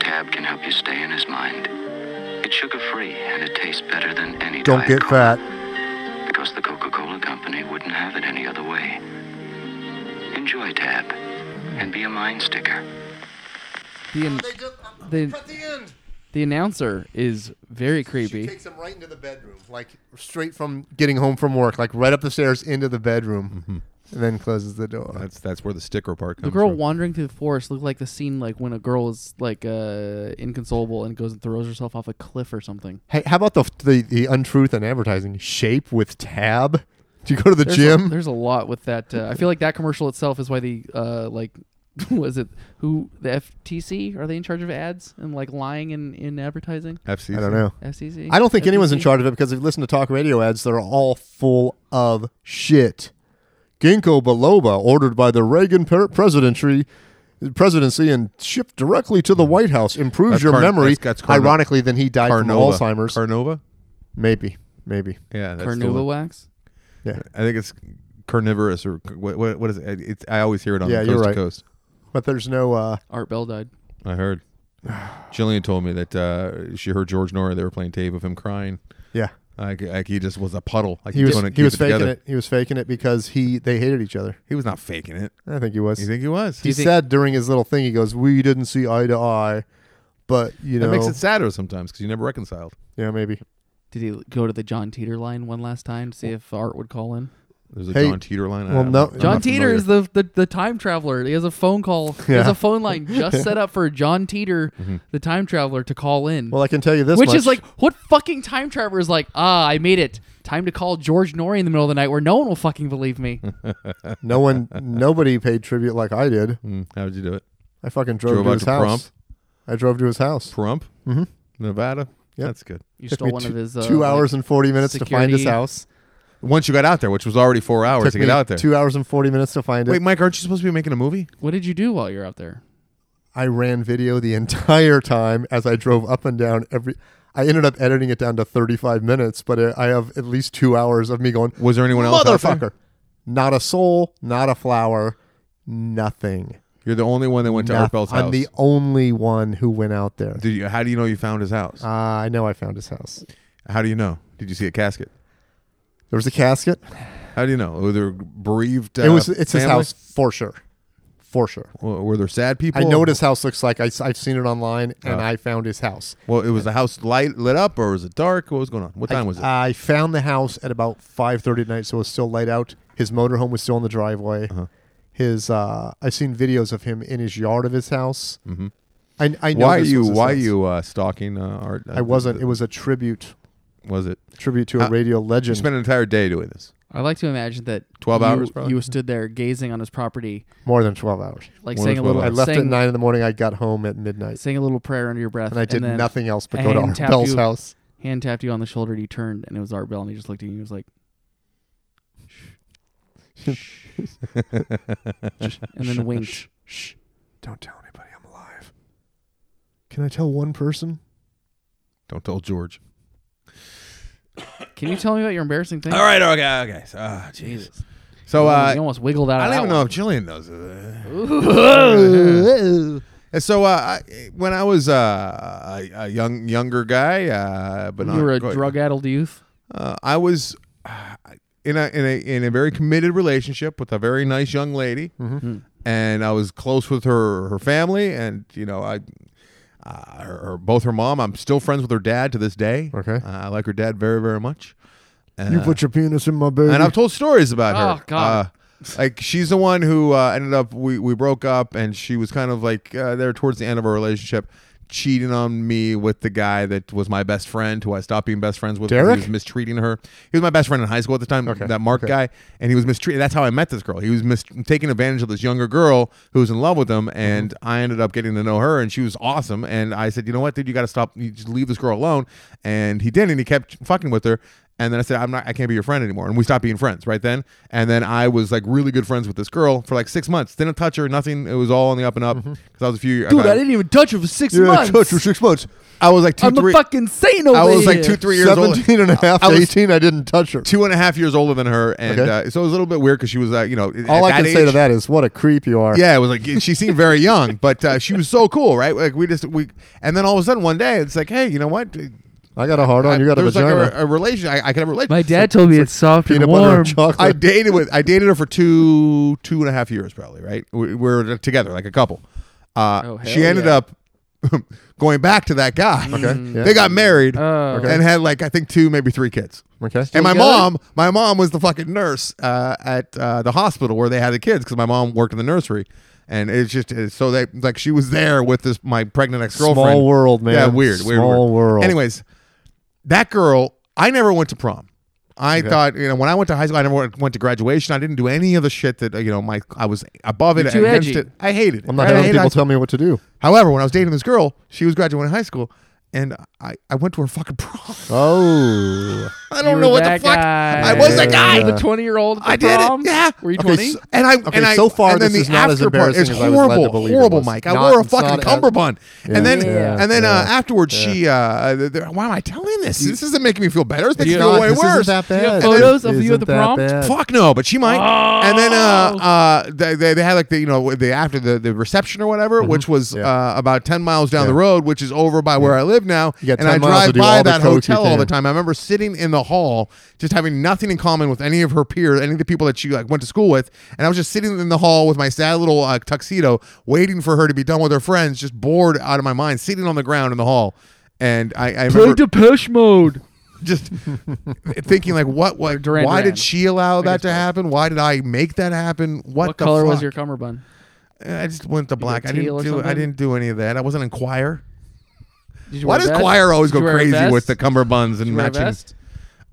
F: Tab can help you stay in his mind. It's sugar free and it tastes better than any
C: Don't
F: diet
C: get
F: Cola,
C: fat.
F: Because the Coca Cola Company wouldn't have it any other way. Enjoy Tab and be a mind sticker.
B: the, an-
C: um,
B: the, the announcer is very creepy.
C: takes him right into the bedroom, like straight from getting home from work, like right up the stairs into the bedroom,
A: Mm-hmm.
C: and then closes the door.
A: That's that's where the sticker part comes
B: The girl
A: from.
B: wandering through the forest looked like the scene like when a girl is like uh inconsolable and goes and throws herself off a cliff or something.
C: hey, how about the, the the untruth in advertising? Shape with tab. Do you go to the
B: There's A,
C: gym?
B: there's a lot with that. Uh, I feel like that commercial itself is why the uh like was it who the FTC are they in charge of ads and like lying in in advertising?
A: FCC.
C: I don't know.
B: FCC.
C: I don't think anyone's in
B: FTC?
C: charge of it because if you listen to talk radio ads, they're all full of shit. Ginkgo biloba, ordered by the Reagan per- presidency, presidency and shipped directly to the White House, improves
A: Hmm. That's
C: your
A: Car-
C: memory.
A: that's- that's Carno-
C: Ironically, then he died
A: Carnova.
C: from Alzheimer's.
A: Carnova.
C: maybe, maybe.
A: Yeah, that's the
B: Carnula
A: one.
B: wax.
C: Yeah,
A: I think it's carnivorous or c- what? What, what is it? It's, I always hear it on
C: Yeah,
A: coast
C: you're
A: to
C: right.
A: coast.
C: but there's no. Uh,
B: Art Bell died.
A: I heard. Jillian told me that uh, she heard George Nora. They were playing tape of him crying
C: yeah,
A: Like, like he just was a puddle. Like
C: He was
A: couldn't
C: he
A: keep
C: was faking
A: together.
C: it. He was faking it because he they hated each other.
A: He was not faking it.
C: I think he was.
A: You think he was?
C: he said during his little thing, he goes, "We didn't see eye to eye," but you
A: that
C: know,
A: makes it sadder sometimes because you never reconciled.
C: yeah, maybe.
B: Did he go to the John Teeter line one last time to see if Art would call in?
A: There's a
C: Hey,
A: John Teeter line. I
C: well,
A: don't-
C: no-
A: I'm not
B: John
A: familiar.
B: Teeter is the, the the time traveler. He has a phone call. He has
C: Yeah. Mm-hmm.
B: a phone line just set up for John Teeter, the time traveler, to call in.
C: Well, I can tell you this,
B: which
C: much.
B: is like what fucking time traveler is like? Ah, I made it. Time to call George Norrie in the middle of the night where no one will fucking believe me.
C: no one, nobody paid tribute like I did.
A: Mm, how would you do it?
C: I fucking drove,
A: Drove
C: to
A: out
C: his
A: to
C: house.
A: Pahrump.
C: I drove to his house.
A: Prump, mm-hmm. Nevada. Yeah,
C: Yep.
A: That's good.
B: You
C: Took
B: stole
C: me
B: one
C: two,
B: of his uh,
C: two
B: like-
C: hours and forty minutes to find his
B: security-
C: house.
A: Once you got out there, which was already four hours
C: Took
A: to get
C: me
A: out there.
C: Two hours and forty minutes to find
A: Wait,
C: it.
A: Mike, aren't you supposed to be making a movie?
B: What did you do while you're out there?
C: I ran video the entire time as I drove up and down every. I ended up editing it down to thirty-five minutes, but uh, I- I have at least two hours of me going.
A: Was there anyone else? out there?
C: Motherfucker! Not a soul, not a flower, nothing.
A: You're the only one that went to Art
C: Noth-
A: Bell's
C: I'm
A: house.
C: the only one who went out there.
A: Did you, how do you know you found his house?
C: Uh, I know I found his house.
A: how do you know? Did you see a casket?
C: There was a casket.
A: How do you know? Were there bereaved? Uh,
C: it was. It's his
A: family?
C: house for sure, for sure.
A: W- Were there sad people?
C: I know what his house looks like. I, have seen it online, and
A: Oh.
C: I found his house.
A: Well, it was the house light lit up, or was it dark? What was going on? What time
C: I,
A: was it?
C: I found the house at about five thirty at night, so it was still light out. His motorhome was still in the driveway.
A: Uh-huh.
C: His, uh, I've seen videos of him in his yard of his house. Mm-hmm. I, I know
A: why
C: this
A: you?
C: was his
A: Why
C: house.
A: you uh, stalking uh, Art?
C: I wasn't. It was a tribute,
A: Was it?
C: tribute to
A: How-
C: a radio
A: You
C: legend.
A: spent an entire day doing this.
B: I like to imagine that
A: 12
B: you-
A: hours, probably.
B: You stood there gazing on his property,
C: more than twelve hours.
B: like
A: More than
B: saying a
A: 12
B: little,
A: hours.
C: I left at
B: saying,
C: nine in the morning. I got home at midnight,
B: saying a little prayer under your breath,
C: and I did
B: then
C: nothing else but
B: a
C: go to
B: hand
C: Art
B: tapped
C: Bell's
B: you-
C: house.
B: Hand tapped you on the shoulder, and you turned, and it was Art Bell, and he just looked at you, and he was like, shh, shh, and then winked.
C: Shh! Don't tell anybody I'm alive. Can I tell one person?
A: Don't tell George.
B: Can you tell me about your embarrassing thing?
A: All right. Okay. Okay. So, ah, jeez.
B: Jesus.
A: So
B: you
A: uh,
B: almost wiggled out.
A: I
B: of
A: don't even know
B: that
A: if Jillian knows. Uh,
B: one.
A: And so uh, I, when I was uh, a, a young younger guy, uh, but not
B: you were a
A: quite-
B: drug-addled youth.
A: Uh, I was uh, in a in a in a very committed relationship with a very nice young lady,
B: Mm-hmm.
A: and I was close with her her family, and you know I. Uh, her, her- both her mom. I'm still friends with her dad to this day.
C: Okay.
A: uh, I like her dad very, very much. Uh,
C: you put your penis in my baby.
A: and I've told stories about her.
B: Oh, God.
A: Uh, like she's the one who uh, ended up we, we broke up and she was kind of like uh, there towards the end of our relationship cheating on me with the guy that was my best friend who I stopped being best friends with 'cause
C: Derek?
A: he was mistreating her he was my best friend in high school at the time that Mark guy and he was mistreating that's how I met this girl he was mis- taking advantage of this younger girl who was in love with
B: Mm-hmm.
A: him and I ended up getting to know her and she was awesome and I said you know what dude you got to stop you just leave this girl alone and he didn't and he kept fucking with her and then I said, I'm not, I can't be your friend anymore. And we stopped being friends right then. And then I was like really good friends with this girl for like six months. Didn't touch her, nothing. It was all on the up and up. Because I was a few years.
B: Mm-hmm. Dude, I didn't even touch him for six
C: yeah,
B: months.
C: touch for six months.
A: I was like 2
B: I'm
A: three.
B: a fucking saint over
A: I was like
B: here.
A: two, three years old.
C: 17 and a half
A: I
C: to
A: was-
C: 18, I didn't touch her.
A: Two and a half years older than her. And
C: Okay.
A: uh, so it was a little bit weird because she was, uh, you know,
C: All
A: at
C: I can say
A: age-
C: to that is, what a creep you are.
A: Yeah, it was like she seemed very young, but uh, she was so cool, right? Like we just, we, and then all of a sudden one day it's like, hey, you know what?
C: I got a hard on. You got
A: there
C: a
A: was like
C: vagina.
A: a, a relation. I, I can have a relationship.
D: My dad told me it's soft and
C: peanut butter
D: warm.
C: and chocolate.
A: I dated with I dated her for two two and a half years probably right. We, we were together like a couple. Uh,
B: Oh, hell
A: she ended
B: yeah. Mm.
A: up going back to that guy.
C: Okay, yeah.
A: they got married
B: Oh.
A: and had like I think two maybe three kids.
C: okay.
A: and my
B: together?
A: mom, my mom was the fucking nurse uh, at uh, the hospital where they had the kids because my mom worked in the nursery. And it's just it's so they like she was there with this my pregnant ex girlfriend.
C: Small world, man.
A: Yeah, weird, weird,
C: Small
A: weird.
C: world.
A: Anyways, that girl, I never went to prom. I thought, you know, when I went to high school, I never went- went to graduation. I didn't do any of the shit that, uh, you know, my I was above it,
B: You're too
A: against
B: edgy.
A: it. I hated it.
C: I'm not
A: I
C: having
A: hated high
C: people
A: school.
C: tell me what to do.
A: However, when I was dating this girl, she was graduating high school, and I, I went to her fucking prom.
C: Oh.
A: I don't
B: You
A: know
B: were
A: what the
B: that
A: fuck.
B: guy.
A: I was that guy.
B: You're the 20 year old.
A: I did
B: prom?
A: it. Yeah.
B: Were you
C: Okay,
B: 20?
C: so-
A: And I
C: Okay,
A: and I,
C: so far
A: and then
C: this
A: the
C: is not as
A: after part-
C: embarrassing
A: It's
C: as I was led to
A: horrible,
C: believe it
A: horrible,
C: was.
A: Mike. I
C: Not-
A: wore a
C: it's not
A: fucking
C: as-
A: cummerbund,
C: Yeah.
A: and then
C: Yeah.
A: and then uh,
C: Yeah.
A: afterwards she. Uh, th- th- why am I telling this? this isn't making me feel better. It's making me feel
C: God,
A: way
C: this isn't
A: worse.
C: that
B: have
C: bad.
B: photos of you at
C: Isn't
B: the
C: that
B: prom?
C: bad.
A: Fuck no, but she might. And
C: Oh.
A: then uh, uh, they, they, they had like the you know the after the, the reception or whatever, which was
C: Mm-hmm. Yeah.
A: uh, about ten miles down
C: Yeah.
A: the road, which is over by where I live live now,
C: You got
A: and I
C: 10 miles
A: drive
C: to do
A: by
C: all the
A: that
C: coke you
A: hotel all the
C: can.
A: time. I remember sitting in the hall, just having nothing in common with any of her peers, any of the people that she like went to school with, and I was just sitting in the hall with my sad little uh, tuxedo, waiting for her to be done with her friends, just bored out of my mind, sitting on the ground in the hall. And I, I
B: Play
A: remember
B: Depeche Mode.
A: just thinking like, what, what,
B: Duran
A: why
B: Duran.
A: did she allow that
B: guess
A: to
B: so.
A: happen? Why did I make that happen? What,
B: What,
A: the
B: color was
A: fuck?
B: your cummerbund?
A: I just went to black. I
B: teal
A: didn't
B: or
A: do. I
B: something?
A: didn't do any of that. I wasn't in choir.
B: Did you
A: Why
B: wear a
A: does
B: vest?
A: choir always
B: Did you
A: go
B: wear a
A: crazy
B: vest?
A: with the cummerbunds and
B: Did you wear a
A: matching?
B: vest?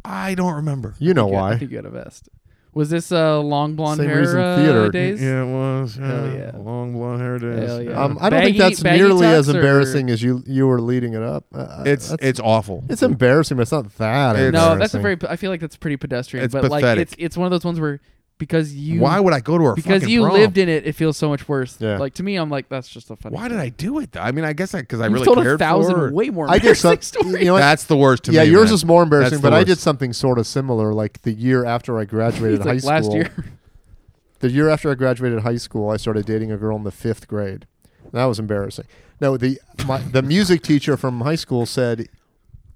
A: I don't remember.
C: You know
B: Yeah, I
C: why?
B: think you had a vest. Was this uh, long blonde
C: Same
B: hair
C: reason
B: uh,
C: theater-
B: days?
A: Yeah, it was. Yeah,
B: Hell yeah.
A: Long blonde hair days.
B: Hell yeah. Uh,
C: Um, I don't
B: Baggy-
C: think that's
B: baggy
C: nearly as
B: tux or-
C: embarrassing as you you were leading it up. Uh,
A: It's
C: that's-
A: it's awful.
C: it's embarrassing, but it's not that.
A: It's-
B: No, that's a
C: embarrassing.
B: very. I feel like that's pretty pedestrian.
A: It's
B: but like,
A: pathetic.
B: it's it's one of those ones where because you
A: Why would I go to her?
B: because
A: fucking
B: you
A: prom?
B: lived in it, it feels so much worse.
C: Yeah.
B: Like to me, I'm like that's just a funny.
A: Why did I do it? though? I mean, I guess because I,
B: You've
A: really
B: told
A: cared
B: a thousand
A: for her.
B: way more.
C: I did
B: embarrassing
C: some.
B: stories.
C: You know what?
A: That's the worst to
C: yeah,
A: me.
C: yours
A: man.
C: is more embarrassing,
A: That's the
C: but I did
A: worst.
C: something sort of similar, like the year after I graduated
B: It's
C: high
B: like last
C: school.
B: year.
C: The year after I graduated high school, I started dating a girl in the fifth grade. That was embarrassing. No, the my, the music teacher from high school said,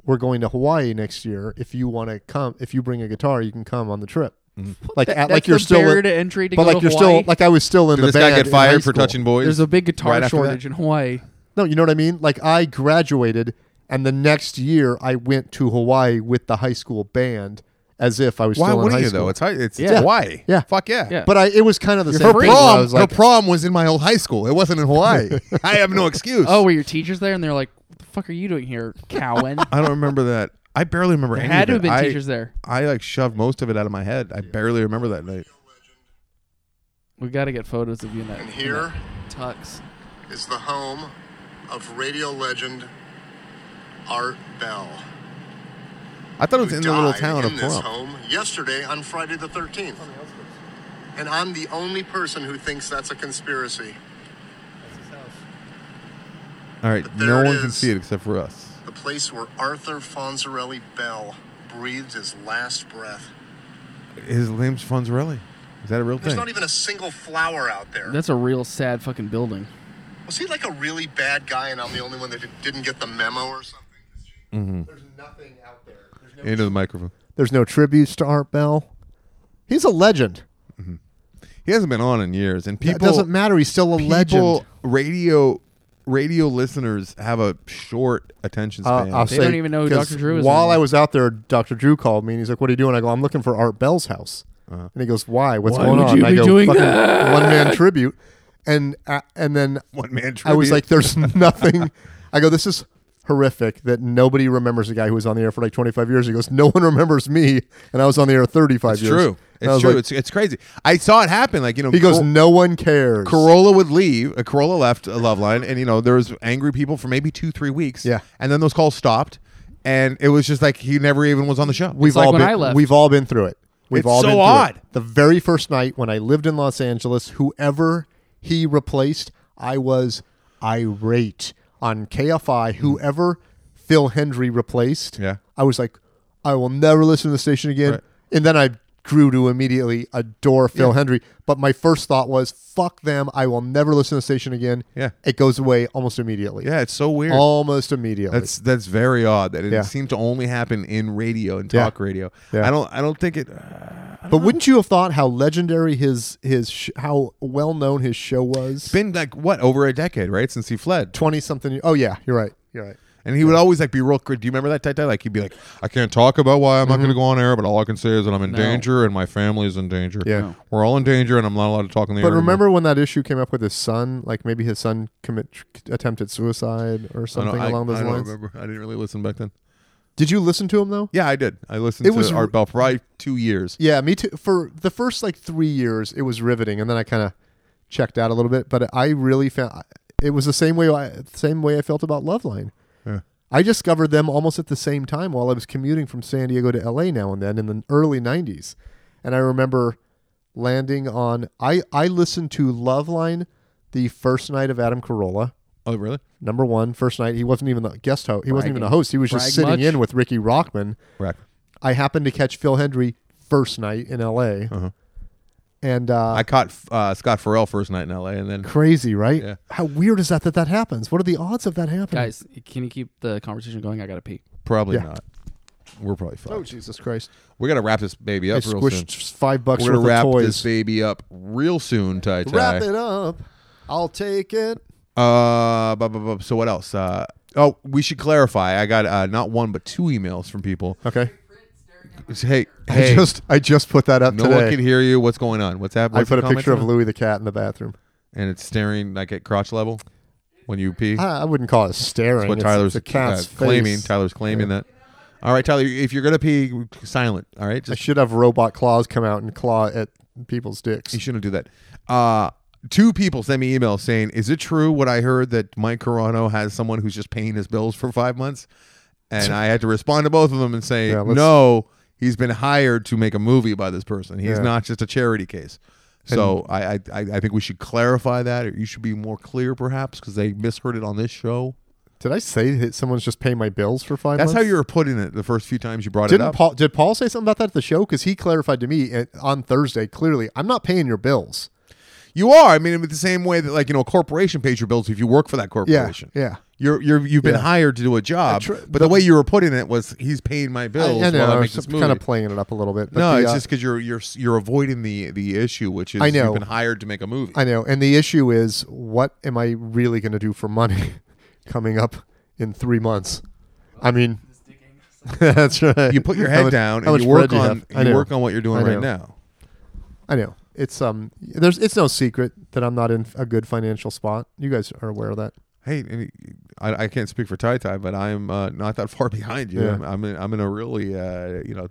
C: "We're going to Hawaii next year. If you want to come, if you bring a guitar, you can come on the trip."
A: Mm-hmm.
C: Like,
B: That-
C: at-
B: that's
C: like you're
B: the
C: still,
B: barrier
C: in-
B: to entry to
C: but
B: go
C: like
B: to
C: you're still,
B: Hawaii.
C: like I was still in
A: Did
C: the
A: this
C: band.
A: guy get
C: in high
A: fired for
C: school.
A: touching boys?
B: There's a big guitar
A: Right after that?
B: shortage in Hawaii.
C: No, you know what I mean? Like I graduated and the next year I went to Hawaii with the high school band as if I was
A: Why
C: still in
A: wouldn't
C: high
A: you
C: school.
A: though? It's high, it's
B: Yeah.
A: Hawaii.
C: Yeah.
A: Fuck yeah.
B: Yeah.
C: but I it was kind of the
B: You're
C: same
A: Her
B: free.
C: thing where I
A: prom,
C: was like
A: her prom was in my old high school. It wasn't in Hawaii. I have no excuse.
B: Oh, were your teachers there? And they're like, "What the fuck are you doing here, Cowan?"
A: I don't remember that. I barely remember
B: There
A: any of
B: had to have
A: it.
B: been
A: I-
B: teachers there.
A: I like shoved most of it out of my head. I barely remember that night.
B: We got to get photos of you in that.
G: And here
B: Tux.
G: is the home of radio legend Art Bell.
A: I thought it was
G: who
A: in the little
G: died
A: town of
G: in this
A: Plum.
G: home yesterday on Friday the 13th. And I'm the only person who thinks that's a conspiracy.
A: All right,
G: But
A: no
G: there it
A: one can
G: is.
A: see it except for us.
G: The place where Arthur Fonzarelli Bell breathed his last breath.
A: His name's Fonzarelli. Is that a real
G: There's
A: thing?
G: not even a single flower out there.
B: That's a real sad fucking building.
G: Was he like a really bad guy and I'm the only one that didn't get the memo or something?
A: Mm-hmm.
G: There's nothing out there. There's no
A: Into the microphone.
C: there's no tributes to Art Bell. He's a legend.
A: He hasn't been on in years, and people
C: that doesn't matter. He's still a legend.
A: People, radio, radio listeners have a short attention
C: Uh,
A: span.
C: I'll
B: They
C: say,
B: don't even know who
C: 'cause
B: Dr. Drew is
C: While
B: anymore.
C: I was out there, Dr. Drew called me and he's like, "What are you doing?" I go, "I'm looking for Art Bell's house." And he goes, "Why? What's
B: Uh-huh. Why
C: going
B: would
C: on?"
B: you
C: And I
B: be
C: go,
B: doing
C: "Fucking
B: that?"
C: "One man tribute," and uh, and then
A: One man tribute.
C: I was like, "There's nothing." I go, "This is horrific that nobody remembers the guy who was on the air for like 25 years." He goes, "No one remembers me," and I was on the air 35
A: it's
C: years.
A: true.
C: And
A: It's
C: I was
A: true.
C: like-
A: it's it's crazy. I saw it happen. Like you know,
C: he goes,
A: Cor-
C: "No one cares."
A: Corolla would leave. Uh, Corolla left uh, Loveline, and you know there was angry people for maybe two, three weeks.
C: Yeah.
A: and then those calls stopped, and it was just like he never even was on the show.
C: We've
B: like
C: all
B: when
C: been,
B: I left.
C: We've all been through it. We've
A: It's
C: all
A: so
C: been through it.
A: odd.
C: The very first night when I lived in Los Angeles, whoever he replaced, I was irate on KFI. Whoever Phil Hendry replaced,
A: Hmm. Yeah.
C: I was like, I will never listen to the station again.
A: Right.
C: And then I grew to immediately adore Phil Hendry. But my first thought was, fuck them. I will never listen to the station again.
A: Yeah.
C: It goes away almost immediately.
A: yeah, it's so weird.
C: Almost immediately.
A: That's that's very odd that it
C: Yeah.
A: seemed to only happen in radio and
C: Yeah.
A: talk radio.
C: Yeah.
A: I don't I don't think it.
C: But wouldn't you have thought how legendary his his sh- how well known his show was?
A: been like what over a decade, right? Since he fled,
C: Twenty something. Oh yeah, you're right. You're right.
A: and he would always like be real. cr- Do you remember that tight Like he'd be like, "I can't talk about why I'm not
C: Mm-hmm.
A: going to go on air, but all I can say is that I'm in
B: No.
A: danger and my family's in danger.
C: Yeah. No.
A: we're all in danger, and I'm not allowed to talk on the
C: But
A: air." anymore."
C: remember when that issue came up with his son? Like maybe his son commit attempted suicide
A: I
C: or
A: don't-
C: something
A: I-
C: along those
A: I don't
C: lines.
A: remember. I didn't really listen back then.
C: Did you listen to him though?
A: Yeah, I did. I listened
C: It
A: to
C: was
A: Art
C: r-
A: Bell probably two years.
C: Yeah, me too. For the first like three years, it was riveting, and then I kind of checked out a little bit. But I really found it was the same way. I, same way I felt about Loveline.
A: Yeah.
C: I discovered them almost at the same time while I was commuting from San Diego to LA now and then in the early '90s, and I remember landing on. I I listened to Loveline the first night of Adam Carolla.
A: Oh, really?
C: Number one, first night he wasn't even the guest host. He wasn't even a host. He was just
B: Brag
C: sitting
B: much?
C: in with Ricky Rockman.
A: Right.
C: I happened to catch Phil Hendry first night in LA. And uh,
A: Uh-huh. I caught uh, Scott Farrell first night in L.A. and then
C: crazy, right?
A: Yeah.
C: How weird is that that that happens? What are the odds of that happening?
B: Guys, can you keep the conversation going? I gotta pee.
A: probably
C: Yeah.
A: not. We're probably fucked.
C: Oh Jesus Christ!
A: we gotta wrap this baby
C: I
A: up real soon.
C: squished five bucks
A: We're
C: worth
A: gonna wrap
C: of
A: this
C: toys.
A: baby up real soon, Ty
C: Wrap
A: Ty.
C: it up. I'll take it.
A: Uh, bu- bu- bu- so what else? Uh, oh, we should clarify. I got uh, not one but two emails from people.
C: Okay.
A: Hey,
C: I
A: hey,
C: just I just put that up
A: no
C: today.
A: one can hear you. What's going on? What's happening?
C: I put a picture of Louis the cat in the bathroom.
A: and it's staring like at crotch level when you pee.
C: I, I wouldn't call it staring.
A: That's what
C: It's-
A: Tyler's
C: it's a cat's
A: uh, claiming.
C: face.
A: Tyler's claiming that. All right, Tyler, if you're gonna pee, silent. All right,
C: I
A: just
C: should have robot claws come out and claw at people's dicks.
A: you shouldn't do that. Uh, two people sent me emails saying, "Is it true what I heard that Mike Carano has someone who's just paying his bills for five months?" And I had to respond to both of them and say,
C: Yeah, let's-
A: "No, he's been hired to make a movie by this person. He's
C: Yeah.
A: not just a charity case." So I, I I I think we should clarify that, or you should be more clear, perhaps, because they misheard it on this show.
C: Did I say that someone's just paying my bills for five?
A: That's how
C: months?
A: you were putting it the first few times you brought it
C: Didn't
A: up.
C: Paul? Did Paul say something about that at the show? Because he clarified to me at, on Thursday. Clearly, I'm not paying your bills.
A: You are. I mean, with the same way that like you know, a corporation pays your bills if you work for that
C: Yeah,
A: corporation.
C: yeah.
A: You're you're you've been
C: Yeah.
A: hired to do a job,
C: tr-
A: but the way you were putting it was he's paying my bills
C: I, I
A: while I
C: know.
A: make
C: I'm
A: this movie.
C: kind of playing it up a little bit. but
A: no,
C: the,
A: it's
C: uh,
A: just because you're you're you're avoiding the the issue, which is
C: I know.
A: you've been hired to make a movie.
C: I know. And the issue is, what am I really going to do for money coming up in three months? I mean, that's right.
A: you put your
C: How
A: head
C: much-
A: down
C: how
A: and you
C: much
A: work
C: bread do
A: on
C: have? I know.
A: work on what you're doing
C: I
A: right
C: know.
A: now.
C: I know. It's um. There's. It's no secret that I'm not in a good financial spot. You guys are aware of that.
A: Hey, I, mean, I, I can't speak for Ty Ty, but I'm uh, not that far behind you.
C: Yeah.
A: I'm I'm in, I'm in a really uh, you know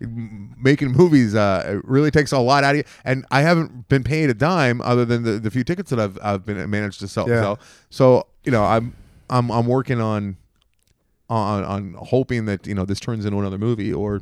A: m- making movies uh, it really takes a lot out of you, and I haven't been paid a dime other than the, the few tickets that I've I've been managed to sell.
C: Yeah.
A: sell. So you know I'm I'm I'm working on on on hoping that you know this turns into another movie or.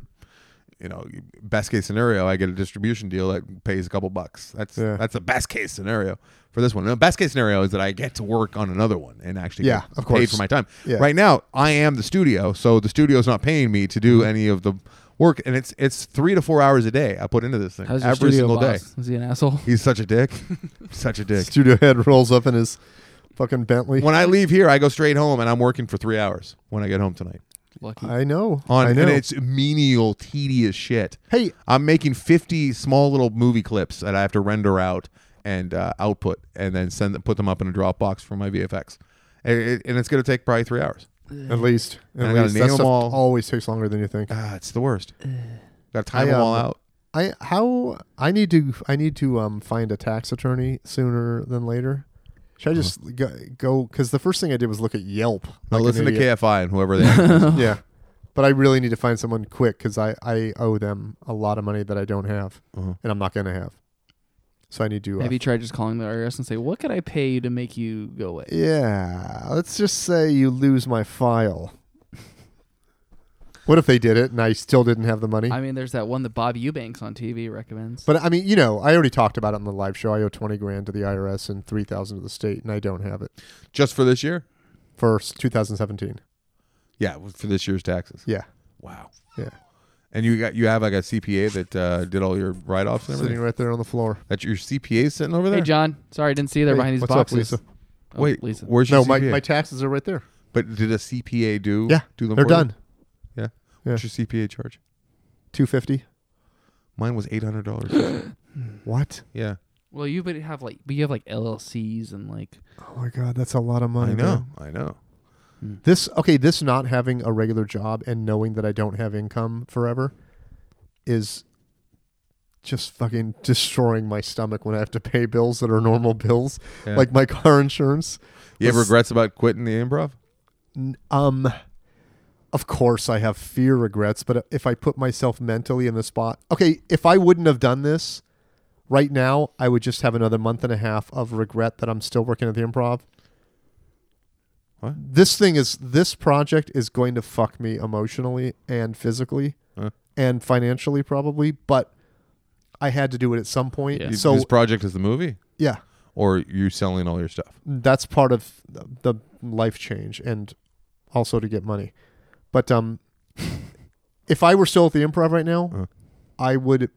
A: You know, best case scenario, I get a distribution deal that pays a couple bucks. That's
C: Yeah.
A: that's the best case scenario for this one. The best case scenario is that I get to work on another one and actually
C: Yeah,
A: get
C: of
A: paid
C: course.
A: for my time.
C: Yeah.
A: Right now, I am the studio, so the studio's not paying me to
C: Mm-hmm.
A: do any of the work, and it's it's three to four hours a day I put into this thing
B: How's your
A: every
B: studio
A: single
B: boss?
A: day.
B: Is he an asshole?
A: He's such a dick, such a dick.
C: Studio head rolls up in his fucking Bentley.
A: When I leave here, I go straight home, and I'm working for three hours when I get home tonight.
B: Lucky.
C: I know.
A: On
C: I know.
A: and it's menial, tedious shit.
C: hey,
A: I'm making 50 small little movie clips that I have to render out and uh, output, and then send them, put them up in a Dropbox for my VFX, and, it- and it's gonna take probably three hours.
C: at least
A: I
C: at
A: gotta
C: least
A: name
C: that
A: 'em
C: stuff
A: all.
C: always takes longer than you think.
A: Ah, it's the worst. Got to time
C: I,
A: them all
C: um,
A: out.
C: I how I need to I need to um find a tax attorney sooner than later. Should I just go- go? Because the first thing I did was look at Yelp.
A: Uh-huh. Now
C: like an
A: listen to
C: idiot.
A: KFI and whoever they are.
C: Yeah, but I really need to find someone quick because I I owe them a lot of money that I don't have
A: Uh-huh.
C: and I'm not gonna have. So I need to. Uh,
B: Have you tried just calling the IRS and say, "What could I pay you to make you go away?"
C: yeah, let's just say you lose my file. what if they did it and I still didn't have the money?
B: I mean, there's that one that Bob Eubanks on TV recommends.
C: But I mean, you know, I already talked about it on the live show. I owe twenty grand to the IRS and three thousand to the state, and I don't have it
A: Just for this year?
C: for s- 2017.
A: Yeah, for this year's taxes.
C: Yeah,
A: Wow.
C: yeah,
A: And you got you have like a CPA that uh, did all your write offs and
C: sitting
A: everything.
C: right there on the floor.
A: That's your CPA sitting over there.
B: hey, John. Sorry, I didn't see you there
C: Hey,
B: behind these
C: what's up,
B: boxes.
C: Lisa?
B: Oh,
A: Wait,
B: Lisa.
A: where's your
C: No, my,
A: CPA?
C: my taxes are right there.
A: but did a CPA do?
C: Yeah,
A: do them
C: they're
A: for you?
C: done.
A: Yeah.
C: Yeah.
A: What's your CPA charge?
C: Two fifty.
A: Mine was eight hundred dollars.
C: What?
A: yeah,
B: Well, you but have like, but you have like LLCs and like.
C: Oh my god, that's a lot of money.
A: I know,
C: man.
A: I know.
C: This okay. This not having a regular job and knowing that I don't have income forever is just fucking destroying my stomach when I have to pay bills that are normal bills,
A: Yeah.
C: like my car insurance.
A: You have
C: was-
A: regrets about quitting the improv?
C: Um, of course, I have fear regrets, but if I put myself mentally in the spot, okay, if I wouldn't have done this right now, I would just have another month and a half of regret that I'm still working at the improv.
A: What?
C: This thing is, this project is going to fuck me emotionally and physically
A: Huh?
C: and financially, probably, but I had to do it at some point.
B: Yeah.
A: You-
C: So,
A: this project is the movie,
C: yeah,
A: or you selling all your stuff?
C: that's part of the- the life change and also to get money. But um if I were still at the improv right now,
A: Uh.
C: I would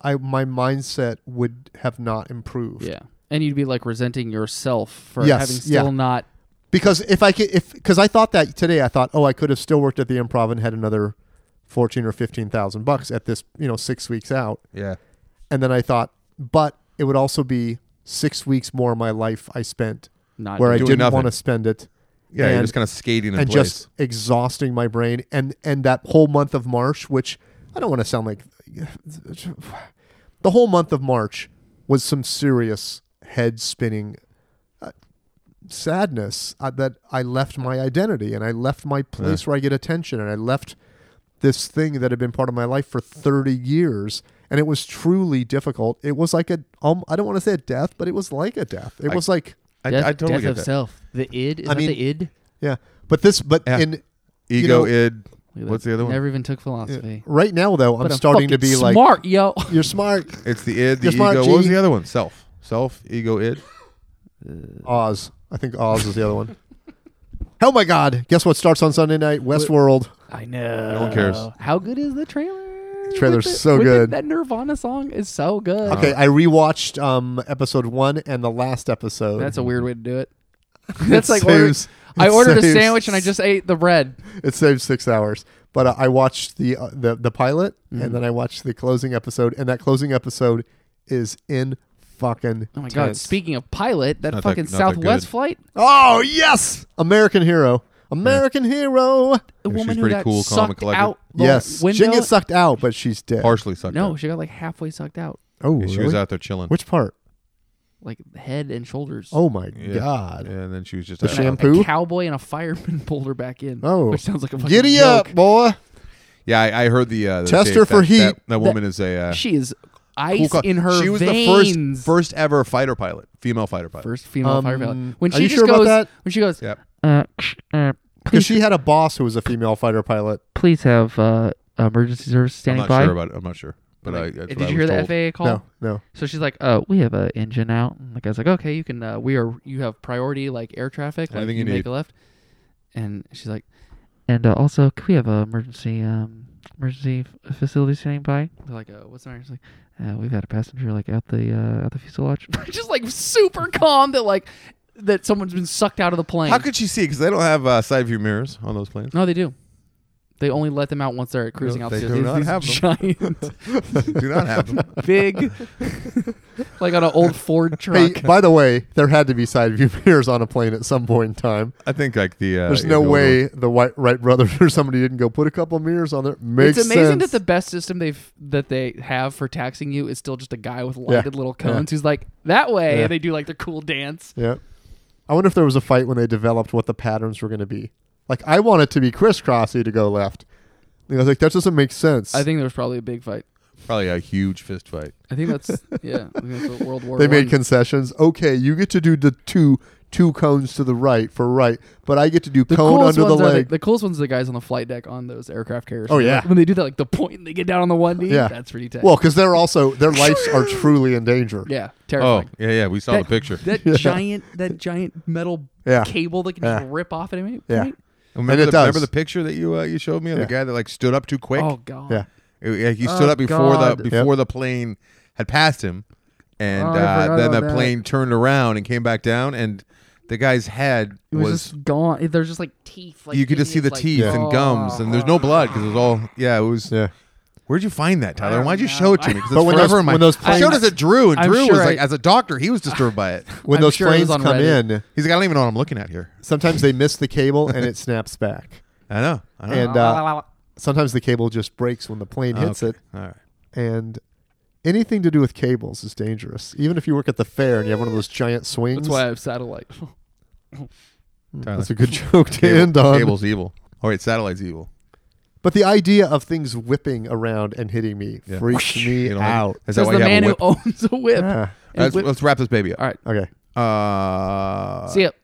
C: I my mindset would have not improved.
B: Yeah. And you'd be like resenting yourself for
C: Yes,
B: having still
C: yeah.
B: not.
C: Because if I could, if because I thought that today, I thought, oh, I could have still worked at the improv and had another fourteen or fifteen thousand bucks at this, you know, six weeks out.
A: Yeah.
C: And then I thought, but it would also be six weeks more of my life I spent
B: Not
C: where I
A: doing
C: didn't
A: nothing.
C: want to spend it.
A: Yeah, you're
C: And-
A: just kind of skating in
C: and
A: place.
C: just exhausting my brain and and that whole month of march which i don't want to sound like the whole month of march was some serious head spinning uh, sadness uh, that i left my identity and i left my place where i get attention and i left this thing that had been part of my life for 30 years and it was truly difficult it was like a um, i don't want to say a death but it was like a death it was like
A: I,
H: death
A: I totally
H: death
A: get
H: of
A: that.
H: self. The id. Is
C: I
H: that
C: mean-
H: the id?
C: yeah but this but
A: Yeah.
C: in
A: Ego,
C: know-
A: id.
B: Look at
A: What's
B: that.
A: the other one?
B: Never even took philosophy.
C: Right now, though, I'm
B: But
C: starting to be
B: fucking
C: like,
B: smart, yo.
C: You're smart,
A: It's the id, the
C: You're smart,
A: ego. What was
C: G.
A: the other one? Self. Self, ego, id.
C: Oz. I think Oz is the other one. Oh my God! Guess what starts on Sunday night? Westworld.
B: I know.
A: No one cares.
B: How good is the trailer?
C: Trailer's
B: With the-
C: so
B: with the-
C: good.
B: that Nirvana song is so good.
C: Okay, I rewatched um, episode one and the last episode.
B: That's a weird way to do it. That's like
C: saves-
B: ordered, I
C: it
B: ordered a
C: saves-
B: sandwich and I just ate the bread.
C: it saved six hours. But uh, I watched the uh, the the pilot
B: Mm-hmm.
C: and then I watched the closing episode, and that closing episode is in fucking.
B: Oh my god!
C: tense.
B: Speaking of pilot, that
A: Not that-
B: fucking
A: not that
B: Southwest
A: good.
B: flight,
C: Oh yes, American hero, American
B: the
C: hero.
A: Yeah, she's
B: woman who
A: pretty
B: got
A: cool, calm and
B: sucked
A: collected.
B: out. The
C: Yes, she
B: window.
C: didn't get sucked out, but she's dead.
A: Partially sucked
B: no,
A: up.
B: she got like halfway sucked out,
C: Oh,
A: Yeah, she was
C: really?
A: out there chilling.
C: Which part?
B: like head and shoulders.
C: Oh my
A: Yeah.
C: God.
A: Yeah, and then she was just
C: The
A: out.
B: And a-
C: shampoo?
B: A cowboy and a fireman pulled her back in.
C: Oh.
B: which sounds like a fucking
C: Giddy
B: joke.
C: up, boy.
A: Yeah, I, I heard the, uh, the
C: Test
A: tape
C: her for
A: that,
C: heat.
A: That, that woman is a uh,
B: She is ice
A: cool co-
B: in her
A: She was
B: veins.
A: the first first ever fighter pilot, female fighter pilot.
B: First female
C: Um,
B: fireman. When
C: are
B: she
C: you
B: just
C: sure about
B: goes,
C: that?
B: when she goes,
A: Yep.
D: Uh, uh,
C: Because
D: please,
C: she had a boss who was a female fighter pilot.
D: please have uh, emergency service
A: I'm
D: standing
A: not
D: by.
A: sure about it. I'm not sure, but I,
B: like,
A: that's
B: did
A: what I
B: you hear
A: was
B: the
A: told.
B: FAA call?
C: No, no.
D: So she's like,
B: uh,
D: "Oh, we have a engine out." And the guy's like,
B: okay, you can. Uh, we are. You have priority like air traffic. Like,
A: Anything you
B: you make
A: need.
B: a left. And she's like,
D: "And uh, also, can we have a emergency um, emergency f- facility standing by?"
B: they're like, uh, what's the matter? She's like,
D: Uh, we've had a passenger like out the uh, out the fuselage.
B: just like super calm that like that someone's been sucked out of the plane.
A: How could she see? Because they don't have uh, side view mirrors on those planes.
B: no, they do. They only let them out once they're at cruising
A: No, they
B: altitude.
A: do
B: These-
A: not
B: these
A: have them.
B: giant,
A: Do not have them.
B: big, like on an old Ford
C: Hey,
B: truck.
C: by the way, there had to be side view mirrors on a plane at some point in time.
A: I think like the uh,
C: There's
A: you
C: no
A: know,
C: way the White Wright brothers or somebody didn't go put a couple of mirrors on there. Makes
B: it's amazing
C: sense.
B: that the best system they've that they have for taxing you is still just a guy with
C: Yeah.
B: lighted little cones who's like that way,
C: Yeah.
B: and they do like their cool dance.
C: yeah. I wonder if there was a fight when they developed what the patterns were going to be. Like I want it to be crisscrossy to go left. And I was like, that doesn't make sense.
B: I think there was probably a big fight.
A: Probably a huge fist fight.
B: I think that's yeah. I think that's what World War.
C: they made
B: One-
C: concessions. Okay, you get to do the two two cones to the right for right, but I get to do
B: the
C: cone
B: coolest
C: under the
B: ones are
C: leg.
B: the coolest ones are the guys on the flight deck on those aircraft carriers.
C: Oh,
B: When they-
C: yeah.
B: when they do that, like the point and they get down on the one knee.
C: Yeah.
B: that's pretty tight.
C: Well, because they're also their lives are truly in danger.
B: yeah,
A: Oh
B: terrifying.
A: yeah, yeah. We saw
B: that,
A: the picture.
B: That giant, that giant metal
C: Yeah.
B: cable that can just
C: Yeah.
B: rip off at any point.
C: Yeah.
A: Remember,
C: and it
A: the,
C: does.
A: remember the picture that you uh, you showed me of the
C: Yeah.
A: guy that like stood up too quick.
B: Oh god.
C: Yeah.
A: It- yeah, he stood
D: Oh,
A: up before
D: God.
A: the
D: Yep.
A: before the plane had passed him, and
D: Oh, I
A: uh,
D: forgot
A: then the
D: about that.
A: plane turned around and came back down, and the guy's head
D: It was, just gone. There's just like teeth. Like
A: you could just see
D: in
A: the
D: his, like,
A: teeth
B: oh.
A: and gums, and there's no blood because it was all yeah. It was
C: Yeah.
A: Where'd you find that, Tyler?
B: don't
A: Why'd you
B: know.
A: show it to me? 'Cause
C: But
A: it's
C: when
A: forever
C: those-
A: in my-
C: when those
A: I showed it
C: planes-
A: to Drew, and
B: I'm
A: Drew
B: sure
A: was like,
B: I-
A: as a doctor, he was disturbed by it.
C: When
B: I'm
C: those
B: sure it was
C: planes
B: on
C: come
B: Reddit.
C: in,
A: He's like, I don't even know what I'm looking at here.
C: sometimes they miss the cable and it snaps back.
A: I know. I know.
C: And
B: Ah.
C: uh, sometimes the cable just breaks when the plane hits
A: Okay.
C: it.
A: All right.
C: And anything to do with cables is dangerous. Even if you work at the fair and you have one of those giant swings.
B: That's why I have satellite.
A: Tyler.
C: That's a good joke to
A: Cable-
C: end on.
A: Cable's evil. All right, satellite's evil.
C: But the idea of things whipping around and hitting me
A: Yeah.
C: freaks me
A: You know,
C: out.
A: Is that
B: Says
A: why
B: the
A: you have
B: man
A: a
B: who
A: whip?
B: owns a whip.
C: Yeah.
B: And
A: Let's,
B: whip-
C: Ah,
A: let's wrap this baby up.
B: All right.
C: Okay.
A: Uh,
B: See ya.